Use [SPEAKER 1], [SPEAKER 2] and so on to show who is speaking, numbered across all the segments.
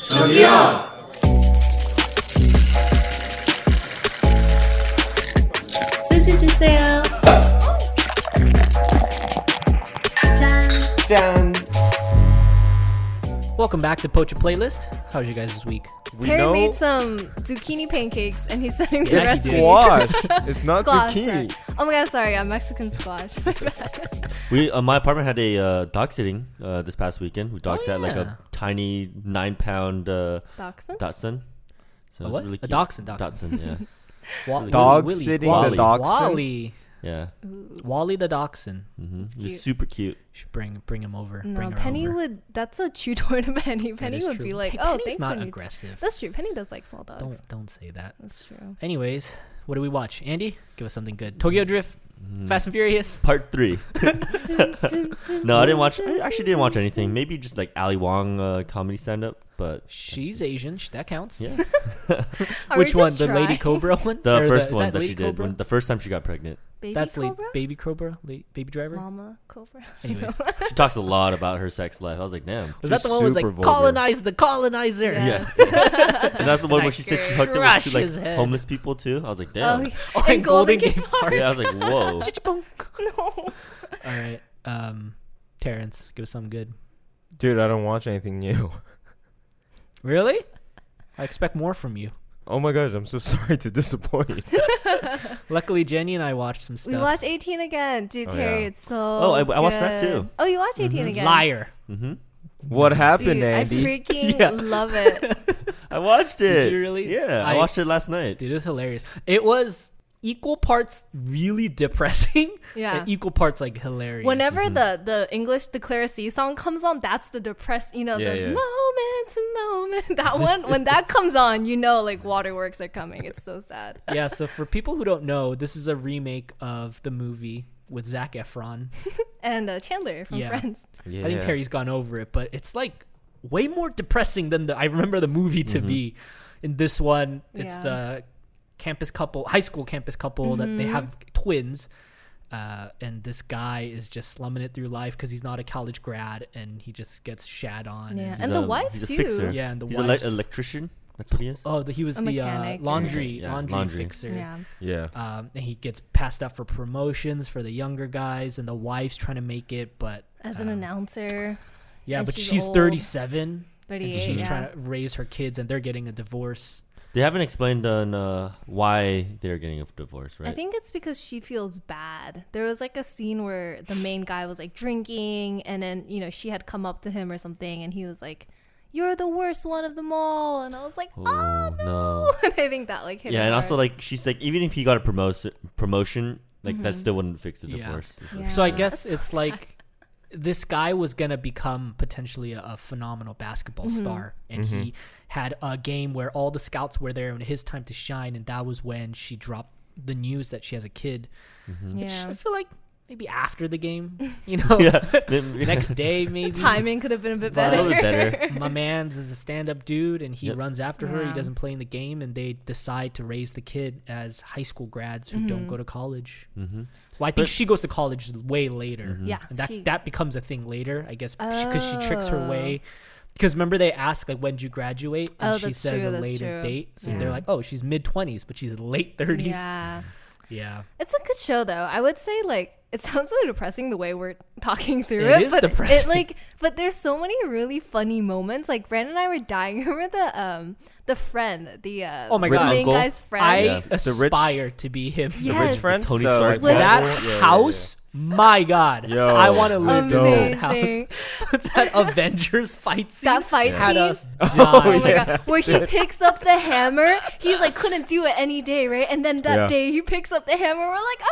[SPEAKER 1] 저기요.
[SPEAKER 2] 소주 주세요. 짠.
[SPEAKER 3] Done.
[SPEAKER 4] Welcome back to Poacher Playlist. How's you guys this week?
[SPEAKER 3] We
[SPEAKER 1] Terry
[SPEAKER 3] know
[SPEAKER 1] made some zucchini pancakes and he's sending the
[SPEAKER 4] Yes,
[SPEAKER 3] it's
[SPEAKER 4] he
[SPEAKER 1] recipe.
[SPEAKER 4] did.
[SPEAKER 3] squash. it's not
[SPEAKER 1] Squash,
[SPEAKER 3] zucchini.
[SPEAKER 1] sorry. Oh my god, sorry, I'm Mexican squash. My bad.
[SPEAKER 5] We uh, my apartment had a uh, dog sitting uh, this past weekend. We
[SPEAKER 1] Oh,
[SPEAKER 5] dog sat like a tiny nine pound uh,
[SPEAKER 1] Dachshund?
[SPEAKER 5] dachshund. So it
[SPEAKER 4] A
[SPEAKER 5] was
[SPEAKER 4] what?
[SPEAKER 5] really
[SPEAKER 4] A
[SPEAKER 5] cute.
[SPEAKER 4] dachshund, dachshund.
[SPEAKER 5] Dachshund, yeah,
[SPEAKER 4] Wa-
[SPEAKER 3] Dog
[SPEAKER 4] Willy,
[SPEAKER 3] sitting
[SPEAKER 4] Wally,
[SPEAKER 3] the dachshund.
[SPEAKER 4] Wally,
[SPEAKER 5] yeah.
[SPEAKER 4] Wally the dachshund.
[SPEAKER 5] hmm
[SPEAKER 1] Cute.
[SPEAKER 5] He's super cute.
[SPEAKER 4] Should bring bring him over.
[SPEAKER 1] No,
[SPEAKER 4] bring her
[SPEAKER 1] Penny
[SPEAKER 4] over.
[SPEAKER 1] would that's a tutor to Penny. Penny
[SPEAKER 4] is
[SPEAKER 1] would
[SPEAKER 4] true.
[SPEAKER 1] be like,
[SPEAKER 4] Pe-
[SPEAKER 1] Oh,
[SPEAKER 4] Penny's
[SPEAKER 1] thanks
[SPEAKER 4] not
[SPEAKER 1] for new-
[SPEAKER 4] aggressive.
[SPEAKER 1] That's true. Penny does like small dogs.
[SPEAKER 4] Don't don't say that.
[SPEAKER 1] That's true.
[SPEAKER 4] Anyways, what do we watch? Andy, give us something good. Tokyo Drift,
[SPEAKER 5] Mm.
[SPEAKER 4] Fast and Furious.
[SPEAKER 5] Mm-hmm. Part three.
[SPEAKER 1] Dun, dun, dun,
[SPEAKER 5] No, I didn't watch.
[SPEAKER 1] dun,
[SPEAKER 5] I actually
[SPEAKER 1] dun,
[SPEAKER 5] didn't watch
[SPEAKER 1] dun,
[SPEAKER 5] anything. Maybe just like Ali Wong uh, comedy stand up, but
[SPEAKER 4] She's Asian. sh- That counts.
[SPEAKER 5] Yeah.
[SPEAKER 1] dun. Are we
[SPEAKER 4] Which one?
[SPEAKER 1] just
[SPEAKER 4] The Lady
[SPEAKER 1] trying?
[SPEAKER 4] Cobra one?
[SPEAKER 5] the
[SPEAKER 4] Or
[SPEAKER 5] first
[SPEAKER 4] is
[SPEAKER 5] one that,
[SPEAKER 4] Lady
[SPEAKER 5] she did
[SPEAKER 4] Cobra?
[SPEAKER 5] when the first time she got pregnant.
[SPEAKER 1] Baby
[SPEAKER 4] That's Lady-
[SPEAKER 1] cobra?
[SPEAKER 4] Baby Cobra, La- Baby Driver.
[SPEAKER 1] Mama cobra.
[SPEAKER 4] Anyways,
[SPEAKER 5] She talks a lot about her sex life. I was like, damn.
[SPEAKER 4] was that the
[SPEAKER 3] She's
[SPEAKER 4] one who was like
[SPEAKER 3] super vulgar.
[SPEAKER 4] colonize the colonizer?
[SPEAKER 5] Yeah.
[SPEAKER 1] Yes. Oh,
[SPEAKER 5] And that's the one where she said she hooked up
[SPEAKER 4] Crush
[SPEAKER 5] with two
[SPEAKER 4] his
[SPEAKER 5] like
[SPEAKER 4] head.
[SPEAKER 5] homeless people too. I was like,
[SPEAKER 1] Oh,
[SPEAKER 5] damn.
[SPEAKER 1] yeah.
[SPEAKER 4] Oh,
[SPEAKER 1] And
[SPEAKER 4] and Golden Gate Park.
[SPEAKER 5] yeah, I was like, whoa.
[SPEAKER 1] No.
[SPEAKER 4] All right, um, Terrence, give us something good.
[SPEAKER 3] Dude, I don't watch anything new.
[SPEAKER 4] Really? I expect more from you.
[SPEAKER 3] Oh my gosh, I'm so sorry to disappoint.
[SPEAKER 4] Luckily, Jenny and I watched some stuff.
[SPEAKER 1] We watched 18 again. Dude,
[SPEAKER 3] Oh,
[SPEAKER 1] Terry,
[SPEAKER 3] yeah.
[SPEAKER 1] it's so.
[SPEAKER 5] Oh, I- I watched that
[SPEAKER 1] good.
[SPEAKER 5] too.
[SPEAKER 1] Oh, you watched 18 again?
[SPEAKER 4] Liar.
[SPEAKER 5] hmm
[SPEAKER 3] what
[SPEAKER 1] Dude,
[SPEAKER 3] happened,
[SPEAKER 1] I
[SPEAKER 3] Andy?
[SPEAKER 1] freaking
[SPEAKER 4] Yeah.
[SPEAKER 1] love it.
[SPEAKER 5] I watched it.
[SPEAKER 4] you really?
[SPEAKER 5] Yeah, I,
[SPEAKER 4] I-
[SPEAKER 5] watched it last night.
[SPEAKER 4] Dude, it was hilarious. It was equal parts really depressing.
[SPEAKER 1] Yeah.
[SPEAKER 4] And equal parts like hilarious.
[SPEAKER 1] Whenever the, the English the Clara C song comes on, that's the depressed, you know,
[SPEAKER 3] Yeah,
[SPEAKER 1] the
[SPEAKER 3] yeah.
[SPEAKER 1] moment to moment. That one, when that comes on, you know, like waterworks are coming. It's so sad.
[SPEAKER 4] yeah, so for people who don't know, this is a remake of the movie with Zach Efron.
[SPEAKER 1] And uh, Chandler from
[SPEAKER 4] Yeah.
[SPEAKER 1] Friends.
[SPEAKER 3] yeah.
[SPEAKER 4] I think Terry's gone over it, but it's like way more depressing than the I remember the movie to
[SPEAKER 5] Mm-hmm.
[SPEAKER 4] be. In this one, it's
[SPEAKER 1] Yeah.
[SPEAKER 4] the campus couple, high school campus couple that
[SPEAKER 1] Mm-hmm.
[SPEAKER 4] they have twins. Uh, and this guy is just slumming it through life because he's not a college grad and he just gets shat on.
[SPEAKER 1] Yeah.
[SPEAKER 4] And
[SPEAKER 1] And the wife,
[SPEAKER 5] he's
[SPEAKER 1] too.
[SPEAKER 5] A fixer.
[SPEAKER 4] Yeah, and the
[SPEAKER 5] he's
[SPEAKER 4] wife.
[SPEAKER 5] an electrician. That's what he is.
[SPEAKER 4] oh, the, he was
[SPEAKER 1] A
[SPEAKER 4] the uh,
[SPEAKER 1] mechanic.
[SPEAKER 4] laundry,
[SPEAKER 5] Yeah,
[SPEAKER 4] laundry
[SPEAKER 5] laundry.
[SPEAKER 4] fixer.
[SPEAKER 1] Yeah.
[SPEAKER 3] Yeah.
[SPEAKER 4] Um, and he gets passed up for promotions for the younger guys, and the wife's trying to make it, but
[SPEAKER 1] As an announcer,
[SPEAKER 4] yeah,
[SPEAKER 1] And
[SPEAKER 4] but
[SPEAKER 1] she's
[SPEAKER 4] she's
[SPEAKER 1] old.
[SPEAKER 4] 37. and
[SPEAKER 1] 38.
[SPEAKER 4] she's
[SPEAKER 1] yeah.
[SPEAKER 4] trying to raise her kids and they're getting a divorce
[SPEAKER 5] They haven't explained on uh, why they're getting a divorce, right?
[SPEAKER 1] I think it's because she feels bad. There was like a scene where the main guy was like drinking, and then you know she had come up to him or something, and he was like, "You're the worst one of them all," and I was like, "Oh,
[SPEAKER 5] oh no.
[SPEAKER 1] and I think that like hit
[SPEAKER 5] Yeah,
[SPEAKER 1] him
[SPEAKER 5] and also
[SPEAKER 1] hard.
[SPEAKER 5] like she's like, even if he got a promotion, promotion, like that still wouldn't fix the
[SPEAKER 4] Yeah.
[SPEAKER 5] divorce.
[SPEAKER 1] Mm-hmm. Yeah.
[SPEAKER 4] so i
[SPEAKER 1] That's
[SPEAKER 4] guess
[SPEAKER 1] so
[SPEAKER 4] it's like this guy was gonna become potentially a, a phenomenal basketball
[SPEAKER 1] Mm-hmm.
[SPEAKER 4] star and he had a game where all the scouts were there and his time to shine and that was when she dropped the news that she has a kid which
[SPEAKER 1] Yeah.
[SPEAKER 4] i feel like maybe after the game you
[SPEAKER 1] Oh,
[SPEAKER 4] know next day maybe
[SPEAKER 1] timing could have been a bit
[SPEAKER 4] But-
[SPEAKER 5] a
[SPEAKER 1] better.
[SPEAKER 5] little bit better.
[SPEAKER 4] my man's is a stand-up dude and he
[SPEAKER 5] Yep.
[SPEAKER 4] runs after her he
[SPEAKER 1] Yeah.
[SPEAKER 4] doesn't play in the game and they decide to raise the kid as high school grads who don't go to college mm-hmm. well i think
[SPEAKER 5] But-
[SPEAKER 4] she goes to college way later
[SPEAKER 1] Yeah,
[SPEAKER 4] and that
[SPEAKER 1] she-
[SPEAKER 4] that becomes a thing later i guess because she tricks her way because remember they ask like when did you graduate and
[SPEAKER 1] Oh,
[SPEAKER 4] she
[SPEAKER 1] that's
[SPEAKER 4] says
[SPEAKER 1] true,
[SPEAKER 4] a
[SPEAKER 1] that's
[SPEAKER 4] later
[SPEAKER 1] true.
[SPEAKER 4] date so
[SPEAKER 1] Yeah.
[SPEAKER 4] they're like oh she's mid-20s but she's late 30s yeah,
[SPEAKER 1] yeah, it's a good show though. I would say like it sounds really depressing the way we're talking through
[SPEAKER 4] It
[SPEAKER 1] it,
[SPEAKER 4] is
[SPEAKER 1] but
[SPEAKER 4] depressing.
[SPEAKER 1] it like but there's so many really funny moments. Like Brandon and I were dying. Remember the um the friend the uh,
[SPEAKER 4] Oh my
[SPEAKER 1] the
[SPEAKER 4] God.
[SPEAKER 1] main
[SPEAKER 5] Uncle?
[SPEAKER 1] guy's friend.
[SPEAKER 4] i
[SPEAKER 5] Yeah.
[SPEAKER 3] The rich-
[SPEAKER 4] aspire to be him
[SPEAKER 1] yes.
[SPEAKER 3] Rich friend?
[SPEAKER 5] Tony
[SPEAKER 3] The,
[SPEAKER 5] Stark
[SPEAKER 3] like,
[SPEAKER 1] With-
[SPEAKER 4] that
[SPEAKER 3] model? Yeah, yeah, yeah.
[SPEAKER 4] house my god
[SPEAKER 3] Yo,
[SPEAKER 4] i want to live in that house
[SPEAKER 1] Amazing.
[SPEAKER 4] that Avengers fight scene
[SPEAKER 1] That fight
[SPEAKER 4] had
[SPEAKER 1] scene?
[SPEAKER 4] us
[SPEAKER 1] Oh my
[SPEAKER 4] die.
[SPEAKER 1] god! Where he picks up the hammer, he like couldn't do it any day, right? And then that
[SPEAKER 3] Yeah.
[SPEAKER 1] day he picks up the hammer. We're like,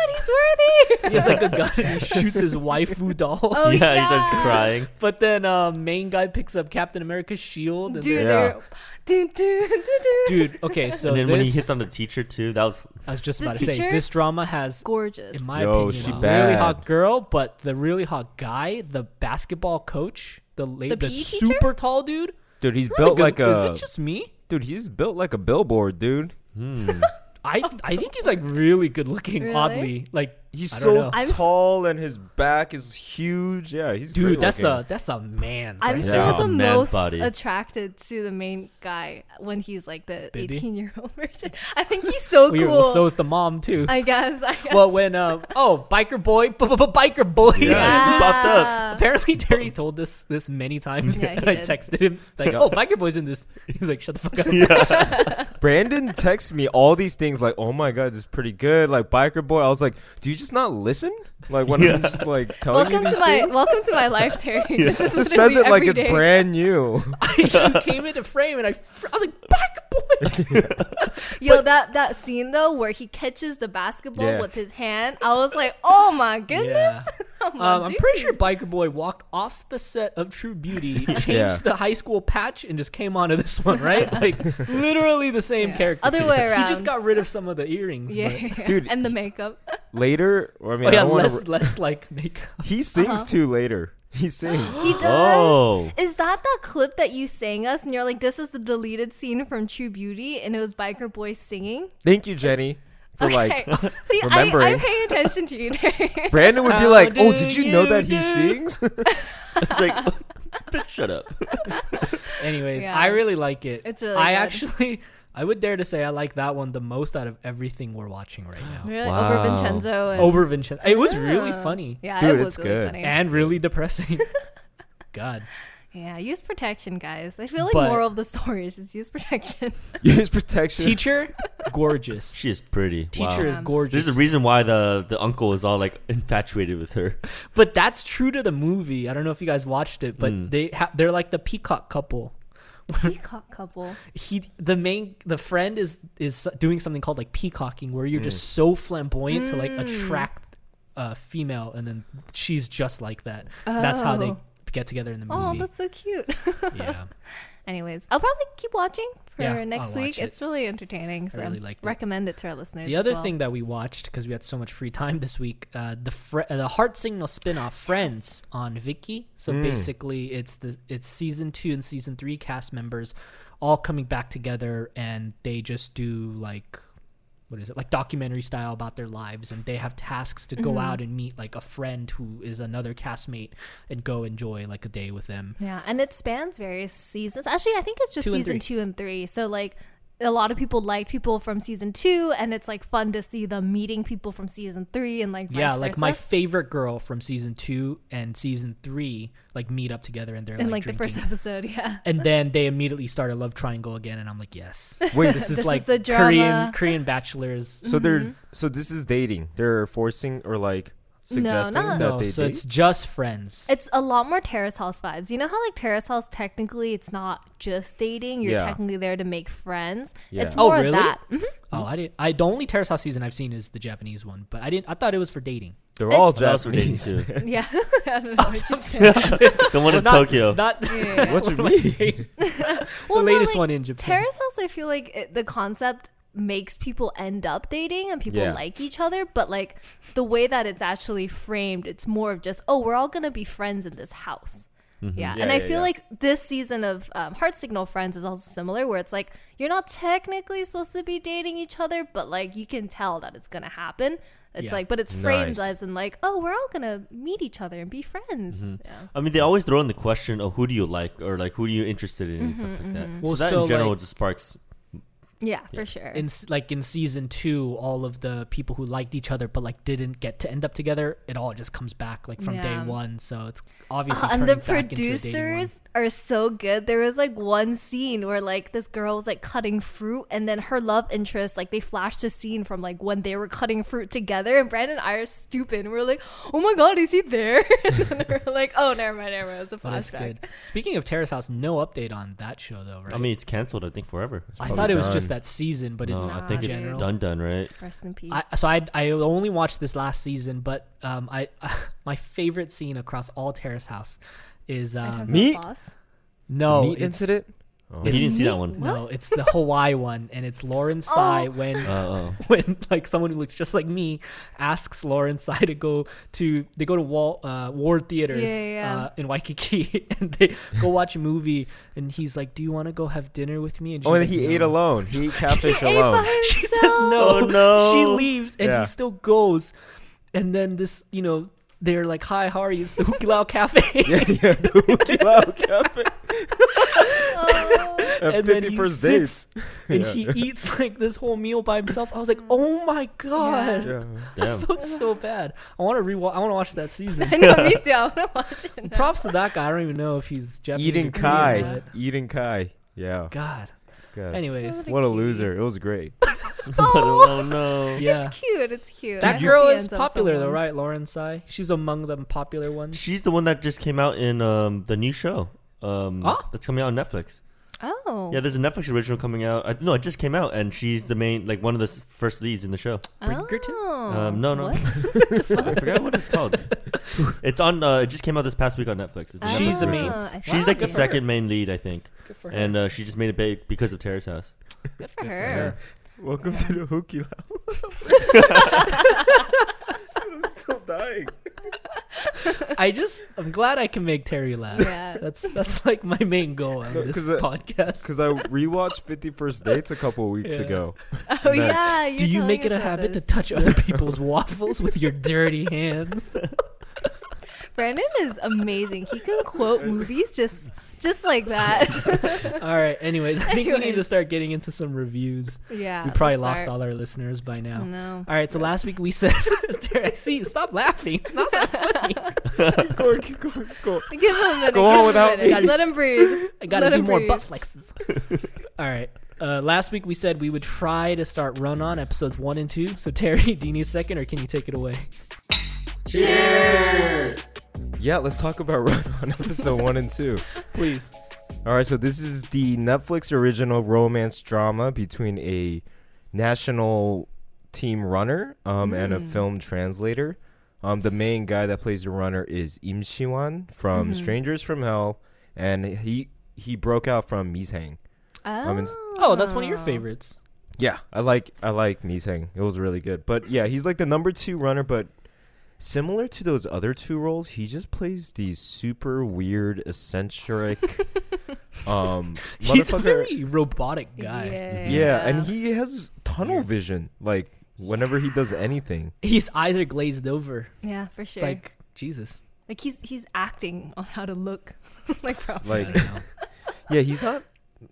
[SPEAKER 1] oh my god, he's worthy.
[SPEAKER 4] he has like a gun and he shoots his waifu doll.
[SPEAKER 1] Oh
[SPEAKER 5] yeah,
[SPEAKER 1] yeah,
[SPEAKER 5] he starts crying.
[SPEAKER 4] But then uh, main guy picks up Captain America's shield. And
[SPEAKER 1] Dude,
[SPEAKER 4] they're-
[SPEAKER 3] Yeah.
[SPEAKER 1] they're do do do do.
[SPEAKER 4] dude. Okay, so
[SPEAKER 5] and then when he
[SPEAKER 4] this-
[SPEAKER 5] hits on the teacher too, that was
[SPEAKER 4] I was just
[SPEAKER 1] The
[SPEAKER 4] about to say
[SPEAKER 1] teacher?
[SPEAKER 4] this drama has,
[SPEAKER 1] Gorgeous.
[SPEAKER 4] in my
[SPEAKER 3] Yo,
[SPEAKER 4] opinion,
[SPEAKER 3] she
[SPEAKER 4] a really
[SPEAKER 3] bad.
[SPEAKER 4] hot girl, but the really hot guy, the basketball coach, the late,
[SPEAKER 1] The
[SPEAKER 4] the,
[SPEAKER 1] PE teacher?
[SPEAKER 4] super tall dude.
[SPEAKER 3] Dude, he's
[SPEAKER 4] really
[SPEAKER 3] built
[SPEAKER 4] good-
[SPEAKER 3] like
[SPEAKER 4] Is
[SPEAKER 3] a
[SPEAKER 4] it just me?
[SPEAKER 3] Dude, he's built like a billboard, dude.
[SPEAKER 4] I I think he's like really good looking.
[SPEAKER 1] Really?
[SPEAKER 4] Oddly, like
[SPEAKER 3] He's
[SPEAKER 4] I don't
[SPEAKER 3] so
[SPEAKER 4] know.
[SPEAKER 1] I've s-
[SPEAKER 3] tall and his back is huge. Yeah, he's
[SPEAKER 4] Dude,
[SPEAKER 3] great
[SPEAKER 4] that's
[SPEAKER 3] looking.
[SPEAKER 4] a that's a man.
[SPEAKER 1] I'm
[SPEAKER 4] right
[SPEAKER 1] still
[SPEAKER 4] there.
[SPEAKER 5] Yeah.
[SPEAKER 1] the
[SPEAKER 5] Man's
[SPEAKER 1] most
[SPEAKER 5] body.
[SPEAKER 1] attracted to the main guy when he's like the
[SPEAKER 4] Baby?
[SPEAKER 1] 18 year old version. I think he's so
[SPEAKER 4] Weird.
[SPEAKER 1] cool.
[SPEAKER 4] Well, so is the mom too.
[SPEAKER 1] I guess. I guess.
[SPEAKER 4] well, when uh, oh, biker boy, b- b- b- biker boy.
[SPEAKER 5] Yeah. he popped up.
[SPEAKER 4] Apparently, Terry told this this many times.
[SPEAKER 1] Yeah, he
[SPEAKER 4] and I
[SPEAKER 1] did.
[SPEAKER 4] texted him like, "Oh, biker boy's in this." He's like, "Shut the fuck up."
[SPEAKER 3] Brandon texts me all these things like, "Oh my god, this is pretty good." Like biker boy, I was like, "Do you just not listen?" Like when I'm just like telling
[SPEAKER 1] Welcome
[SPEAKER 3] you
[SPEAKER 1] to
[SPEAKER 3] these
[SPEAKER 1] my
[SPEAKER 3] things.
[SPEAKER 1] welcome to my life, Terry. This is
[SPEAKER 3] it just
[SPEAKER 1] literally
[SPEAKER 3] says it like
[SPEAKER 1] every day.
[SPEAKER 3] it's brand new.
[SPEAKER 4] he came into frame, and I, fr- I was like, "Biker boy."
[SPEAKER 1] Yo, that that scene though where he catches the basketball
[SPEAKER 3] Yeah.
[SPEAKER 1] with his hand, I was like, oh my goodness. I'm like,
[SPEAKER 4] Um, I'm pretty sure
[SPEAKER 1] dude.
[SPEAKER 4] Biker Boy walked off the set of True Beauty, changed
[SPEAKER 3] Yeah.
[SPEAKER 4] the high school patch, and just came onto this one, right? Like literally the same
[SPEAKER 1] Yeah.
[SPEAKER 4] character.
[SPEAKER 1] Other way
[SPEAKER 4] He just
[SPEAKER 1] around.
[SPEAKER 4] got rid of some of the earrings.
[SPEAKER 1] Yeah,
[SPEAKER 4] but-
[SPEAKER 3] Dude,
[SPEAKER 1] and the makeup.
[SPEAKER 3] later, or, I mean,
[SPEAKER 4] Oh, yeah,
[SPEAKER 3] I don't wanna
[SPEAKER 4] less uh-huh.
[SPEAKER 3] re-
[SPEAKER 4] less like makeup.
[SPEAKER 3] he sings too later. He sings.
[SPEAKER 1] He does.
[SPEAKER 5] Oh.
[SPEAKER 1] Is that that clip that you sang us and you're like, this is the deleted scene from True Beauty and it was Biker Boy singing?
[SPEAKER 3] Thank you, Jenny, for like.
[SPEAKER 1] See, I, I
[SPEAKER 3] remembering.
[SPEAKER 1] pay attention to you, Terry.
[SPEAKER 3] Brandon would be
[SPEAKER 4] How
[SPEAKER 3] like, "Oh,
[SPEAKER 4] do
[SPEAKER 3] did you know
[SPEAKER 4] you
[SPEAKER 3] that he
[SPEAKER 4] do?"
[SPEAKER 3] sings?"
[SPEAKER 5] It's like, bitch, shut up.
[SPEAKER 4] Anyways,
[SPEAKER 1] Yeah.
[SPEAKER 4] I really like it.
[SPEAKER 1] It's really
[SPEAKER 4] I
[SPEAKER 1] good.
[SPEAKER 4] actually I would dare to say I like that one the most out of everything we're watching right now.
[SPEAKER 1] Really? Oh,
[SPEAKER 5] Wow.
[SPEAKER 1] Over Vincenzo and
[SPEAKER 4] Over Vincenzo. Oh, It was really
[SPEAKER 1] Yeah.
[SPEAKER 4] funny.
[SPEAKER 1] Yeah,
[SPEAKER 3] Dude,
[SPEAKER 1] it was
[SPEAKER 3] it's
[SPEAKER 1] really
[SPEAKER 3] good.
[SPEAKER 1] funny.
[SPEAKER 4] And really depressing. God.
[SPEAKER 1] yeah, use protection, guys. I feel like
[SPEAKER 4] But-
[SPEAKER 1] moral of the story is just use protection.
[SPEAKER 3] Use protection.
[SPEAKER 4] Teacher, gorgeous.
[SPEAKER 5] She is pretty.
[SPEAKER 4] Teacher
[SPEAKER 5] Wow.
[SPEAKER 4] is
[SPEAKER 1] Yeah.
[SPEAKER 4] gorgeous.
[SPEAKER 5] There's a reason why the the uncle is all like infatuated with her.
[SPEAKER 4] but that's true to the movie. I don't know if you guys watched it, but they ha- they're like the peacock couple.
[SPEAKER 1] Peacock couple.
[SPEAKER 4] He the main the friend is is doing something called like peacocking, where you're just so flamboyant to
[SPEAKER 1] Hmm.
[SPEAKER 4] like attract a female, and then she's just like that. That's how they
[SPEAKER 1] Oh.
[SPEAKER 4] get together in the
[SPEAKER 1] Oh,
[SPEAKER 4] movie.
[SPEAKER 1] that's so cute.
[SPEAKER 4] yeah,
[SPEAKER 1] Anyways, I'll probably keep watching for
[SPEAKER 4] Yeah,
[SPEAKER 1] next
[SPEAKER 4] I'll
[SPEAKER 1] week.
[SPEAKER 4] watch it.
[SPEAKER 1] It's really entertaining. So
[SPEAKER 4] really liked it.
[SPEAKER 1] recommend it to our listeners.
[SPEAKER 4] the
[SPEAKER 1] as
[SPEAKER 4] other
[SPEAKER 1] well.
[SPEAKER 4] thing that we watched because we had so much free time this week, uh, the fr- uh, the Heart Signal spin-off Friends on Vicky. So basically, it's the it's season two and season three cast members all coming back together, and they just do like what is it like documentary style about their lives, and they have tasks to go
[SPEAKER 1] Mm-hmm.
[SPEAKER 4] out and meet like a friend who is another castmate and go enjoy like a day with them.
[SPEAKER 1] Yeah, and it spans various seasons. Actually, I think it's just
[SPEAKER 4] Two and
[SPEAKER 1] season
[SPEAKER 4] three.
[SPEAKER 1] two and three. So like. A lot of people liked people from season two, and it's like fun to see them meeting people from season three, and like
[SPEAKER 4] yeah,
[SPEAKER 1] vice
[SPEAKER 4] like my
[SPEAKER 1] versa.
[SPEAKER 4] favorite girl from season two and season three like meet up together, and they're
[SPEAKER 1] in
[SPEAKER 4] like,
[SPEAKER 1] like, the
[SPEAKER 4] drinking.
[SPEAKER 1] first episode, yeah.
[SPEAKER 4] and then they immediately start a love triangle again, and I'm like, yes,
[SPEAKER 3] Wait,
[SPEAKER 4] this
[SPEAKER 1] This
[SPEAKER 4] is
[SPEAKER 1] is
[SPEAKER 4] like
[SPEAKER 1] the
[SPEAKER 4] Korean
[SPEAKER 1] drama.
[SPEAKER 4] Korean bachelors.
[SPEAKER 3] so they're so this is dating. They're forcing or like suggesting
[SPEAKER 1] not-
[SPEAKER 3] that
[SPEAKER 4] No,
[SPEAKER 3] they
[SPEAKER 4] Oh, so
[SPEAKER 3] date.
[SPEAKER 4] it's just friends.
[SPEAKER 1] It's a lot more Terrace House vibes. You know how like Terrace House technically it's not just dating. You're
[SPEAKER 3] Yeah.
[SPEAKER 1] technically there to make friends.
[SPEAKER 3] Yeah.
[SPEAKER 1] It's
[SPEAKER 3] Oh,
[SPEAKER 1] more
[SPEAKER 4] really?
[SPEAKER 1] of that. Mhm.
[SPEAKER 4] oh, I didn't. I the only Terrace House season I've seen is the Japanese one, but I didn't. I thought it was for dating.
[SPEAKER 3] they're all
[SPEAKER 5] What else were they
[SPEAKER 3] Japanese.
[SPEAKER 5] into?
[SPEAKER 3] man.
[SPEAKER 1] Yeah. I
[SPEAKER 4] Oh,
[SPEAKER 1] don't know. It's just-
[SPEAKER 5] The one in
[SPEAKER 4] Not-
[SPEAKER 5] Tokyo.
[SPEAKER 4] Not
[SPEAKER 1] Yeah.
[SPEAKER 3] What you
[SPEAKER 4] am I
[SPEAKER 3] mean?
[SPEAKER 4] saying?
[SPEAKER 1] Well,
[SPEAKER 4] the
[SPEAKER 1] no,
[SPEAKER 4] latest
[SPEAKER 1] like,
[SPEAKER 4] one in Japan.
[SPEAKER 1] Terrace House, I feel like it, the concept makes people end up dating and people
[SPEAKER 3] Yeah.
[SPEAKER 1] like each other, but like the way that it's actually framed, it's more of just, oh, we're all going to be friends in this house. Yeah.
[SPEAKER 3] Mm-hmm. Yeah,
[SPEAKER 1] and I
[SPEAKER 3] yeah,
[SPEAKER 1] feel
[SPEAKER 3] yeah.
[SPEAKER 1] like this season of um, Heart Signal Friends is also similar, where it's like you're not technically supposed to be dating each other, but like you can tell that it's going to happen. It's
[SPEAKER 4] Yeah.
[SPEAKER 1] like, but it's framed
[SPEAKER 3] Nice.
[SPEAKER 1] as in like, oh, we're all going to meet each other and be friends.
[SPEAKER 3] Mm-hmm.
[SPEAKER 1] Yeah.
[SPEAKER 5] I mean, they always throw in the question of who do you like or like who do you interested in and stuff like that.
[SPEAKER 4] Well,
[SPEAKER 5] so that
[SPEAKER 4] so,
[SPEAKER 5] in general
[SPEAKER 4] like-
[SPEAKER 5] just sparks.
[SPEAKER 1] Yeah, for sure.
[SPEAKER 4] in s- like in season two, all of the people who liked each other but like didn't get to end up together, it all just comes back like from
[SPEAKER 1] Yeah.
[SPEAKER 4] day one. So it's obviously
[SPEAKER 1] Uh, and the
[SPEAKER 4] turning back into a dating one.
[SPEAKER 1] producers are so good. There was like one scene where like this girl was like cutting fruit, and then her love interest like they flashed a scene from like when they were cutting fruit together. And Brandon and I are stupid. And we're like, oh my god, is he there? and then we're like, oh, never mind, never mind. It's a
[SPEAKER 4] But it's
[SPEAKER 1] flashback.
[SPEAKER 4] good. Speaking of Terrace House, no update on that show though, right?
[SPEAKER 5] I mean, it's canceled. I think forever.
[SPEAKER 4] I
[SPEAKER 3] probably
[SPEAKER 4] thought it was just
[SPEAKER 3] done.
[SPEAKER 4] that season, but
[SPEAKER 5] no,
[SPEAKER 4] it's
[SPEAKER 5] I think
[SPEAKER 1] not
[SPEAKER 5] it's
[SPEAKER 4] general.
[SPEAKER 5] done, done, right?
[SPEAKER 1] Rest in peace.
[SPEAKER 4] I, uh, so I I only watched this last season, but um I my favorite scene across all Terrace House is
[SPEAKER 1] I talk
[SPEAKER 4] um
[SPEAKER 1] about
[SPEAKER 3] meat?
[SPEAKER 1] boss.
[SPEAKER 4] no
[SPEAKER 3] Meat
[SPEAKER 4] it's-
[SPEAKER 3] incident. Oh,
[SPEAKER 5] You
[SPEAKER 4] It's
[SPEAKER 5] didn't see that
[SPEAKER 1] neat.
[SPEAKER 5] one.
[SPEAKER 4] No, it's the Hawaii one, and it's
[SPEAKER 1] Oh.
[SPEAKER 4] Lauren Tsai when
[SPEAKER 5] Uh, oh.
[SPEAKER 4] when like someone who looks just like me asks Lauren Tsai to go to they go to Wall uh, Ward Theaters
[SPEAKER 1] Yeah, yeah, yeah.
[SPEAKER 4] Uh, in Waikiki and they go watch a movie, and he's like, "Do you want to go have dinner with me?" And she's
[SPEAKER 3] Oh, and
[SPEAKER 4] like,
[SPEAKER 3] he ate
[SPEAKER 4] "No."
[SPEAKER 3] alone. He ate catfish
[SPEAKER 1] Ate by
[SPEAKER 3] alone.
[SPEAKER 4] She says
[SPEAKER 1] himself.
[SPEAKER 4] no.
[SPEAKER 5] Oh, no.
[SPEAKER 4] She leaves and
[SPEAKER 3] Yeah.
[SPEAKER 4] he still goes. and then this, you know, they're like, "Hi, how are you? It's the Hukilao Cafe."
[SPEAKER 3] yeah, yeah. The Wookiee Lao Cafe.
[SPEAKER 1] Oh.
[SPEAKER 3] At
[SPEAKER 4] And then he
[SPEAKER 3] 51st
[SPEAKER 4] sits
[SPEAKER 3] Uh, dates.
[SPEAKER 4] and
[SPEAKER 3] Yeah.
[SPEAKER 4] he eats like this whole meal by himself. I was like, "Oh my god."
[SPEAKER 3] Yeah.
[SPEAKER 4] I
[SPEAKER 5] Damn.
[SPEAKER 4] felt so bad. I want to rewatch. I want to watch that season.
[SPEAKER 1] I know, me too. I want to watch it. now.
[SPEAKER 4] Props to that guy. I don't even know if he's Japanese.
[SPEAKER 3] Eden
[SPEAKER 4] or Korean,
[SPEAKER 3] Kai.
[SPEAKER 4] but-
[SPEAKER 3] Eden Kai. Yeah.
[SPEAKER 4] God.
[SPEAKER 3] God.
[SPEAKER 4] Anyways,
[SPEAKER 1] So
[SPEAKER 3] What a
[SPEAKER 1] cute.
[SPEAKER 3] loser. It was great.
[SPEAKER 5] oh no.
[SPEAKER 4] yeah.
[SPEAKER 1] It's cute. It's cute. I
[SPEAKER 4] That
[SPEAKER 1] hope
[SPEAKER 4] girl
[SPEAKER 1] he
[SPEAKER 4] is
[SPEAKER 1] ends up
[SPEAKER 4] popular though,
[SPEAKER 1] someone.
[SPEAKER 4] right? Lauren Sai. She's among the popular ones.
[SPEAKER 5] She's the one that just came out in um, the new show um,
[SPEAKER 4] Oh.
[SPEAKER 5] that's coming out on Netflix.
[SPEAKER 1] Oh.
[SPEAKER 5] Yeah, there's a Netflix original coming out. I, no, it just came out, and she's the main, like one of the s- first leads in the show.
[SPEAKER 4] Brinkerton?
[SPEAKER 1] Oh.
[SPEAKER 5] Um, no, no.
[SPEAKER 1] What?
[SPEAKER 5] I forgot what it's called. It's on. Uh, it just came out this past week on Netflix. It's a
[SPEAKER 4] Ah,
[SPEAKER 5] Netflix
[SPEAKER 4] She's a main-
[SPEAKER 5] original.
[SPEAKER 1] I
[SPEAKER 5] She's
[SPEAKER 1] see.
[SPEAKER 5] like the
[SPEAKER 4] Good for
[SPEAKER 5] second main lead, I think,
[SPEAKER 4] Good for her.
[SPEAKER 5] and uh, she just made it big because of Terrace House.
[SPEAKER 1] Good for
[SPEAKER 4] Good for
[SPEAKER 1] her.
[SPEAKER 3] Welcome to the Hookie Lao. I'm still dying.
[SPEAKER 4] I just I'm glad I can make Terry laugh.
[SPEAKER 1] Yeah.
[SPEAKER 4] That's that's like my main goal on
[SPEAKER 3] No,
[SPEAKER 4] this
[SPEAKER 3] 'cause, uh,
[SPEAKER 4] podcast.
[SPEAKER 3] Because I rewatched 51st Dates a couple weeks
[SPEAKER 4] Yeah.
[SPEAKER 3] ago.
[SPEAKER 1] Oh
[SPEAKER 3] Nah.
[SPEAKER 1] yeah.
[SPEAKER 4] Do you
[SPEAKER 1] telling
[SPEAKER 4] make it a
[SPEAKER 1] us about
[SPEAKER 4] habit
[SPEAKER 1] this.
[SPEAKER 4] to touch other people's waffles with your dirty hands?
[SPEAKER 1] Brandon is amazing. He can quote movies just just like that.
[SPEAKER 4] All right. Anyways, I think we need to
[SPEAKER 1] Anyways.
[SPEAKER 4] start getting into some reviews.
[SPEAKER 1] yeah.
[SPEAKER 4] we probably
[SPEAKER 1] let's
[SPEAKER 4] lost
[SPEAKER 1] start. Mm-hmm.
[SPEAKER 4] all our listeners by now.
[SPEAKER 1] No.
[SPEAKER 4] All right. So last week we said, Terry, see, stop laughing. It's not that funny.
[SPEAKER 3] keep going, keep going, keep going.
[SPEAKER 1] Give him a minute.
[SPEAKER 3] Go on
[SPEAKER 1] give
[SPEAKER 3] without
[SPEAKER 1] him a minute.
[SPEAKER 4] me.
[SPEAKER 1] Let him breathe.
[SPEAKER 4] I gotta
[SPEAKER 1] Let
[SPEAKER 4] do
[SPEAKER 1] him
[SPEAKER 4] more
[SPEAKER 1] breathe.
[SPEAKER 4] butt flexes. All right. Uh, last week we said we would try to start run on episodes one and two. So Terry, do you need a second or can you take it away?
[SPEAKER 3] Yeah, let's talk about Run on episode one and two.
[SPEAKER 4] Please.
[SPEAKER 3] All right, so this is the Netflix original romance drama between a national team runner um, and a film translator. Um, the main guy that plays the runner is Im Shiwan from Strangers from Hell, and he he broke out from Mizhang. I'm in-
[SPEAKER 4] Oh, that's one of your favorites.
[SPEAKER 3] Yeah, I like I like Mizhang. It was really good. But yeah, he's like the number two runner, but similar to those other two roles, he just plays these super weird, eccentric um
[SPEAKER 4] He's a
[SPEAKER 3] motherfucker-
[SPEAKER 4] very robotic guy.
[SPEAKER 1] Yeah.
[SPEAKER 3] yeah, and he has tunnel vision. Like whenever he does anything,
[SPEAKER 4] His eyes are glazed over.
[SPEAKER 1] Yeah, for
[SPEAKER 4] It's
[SPEAKER 1] sure. Like,
[SPEAKER 4] Like Jesus.
[SPEAKER 1] he's he's acting on how to look like proper.
[SPEAKER 4] I
[SPEAKER 3] like
[SPEAKER 4] don't know.
[SPEAKER 3] yeah, he's not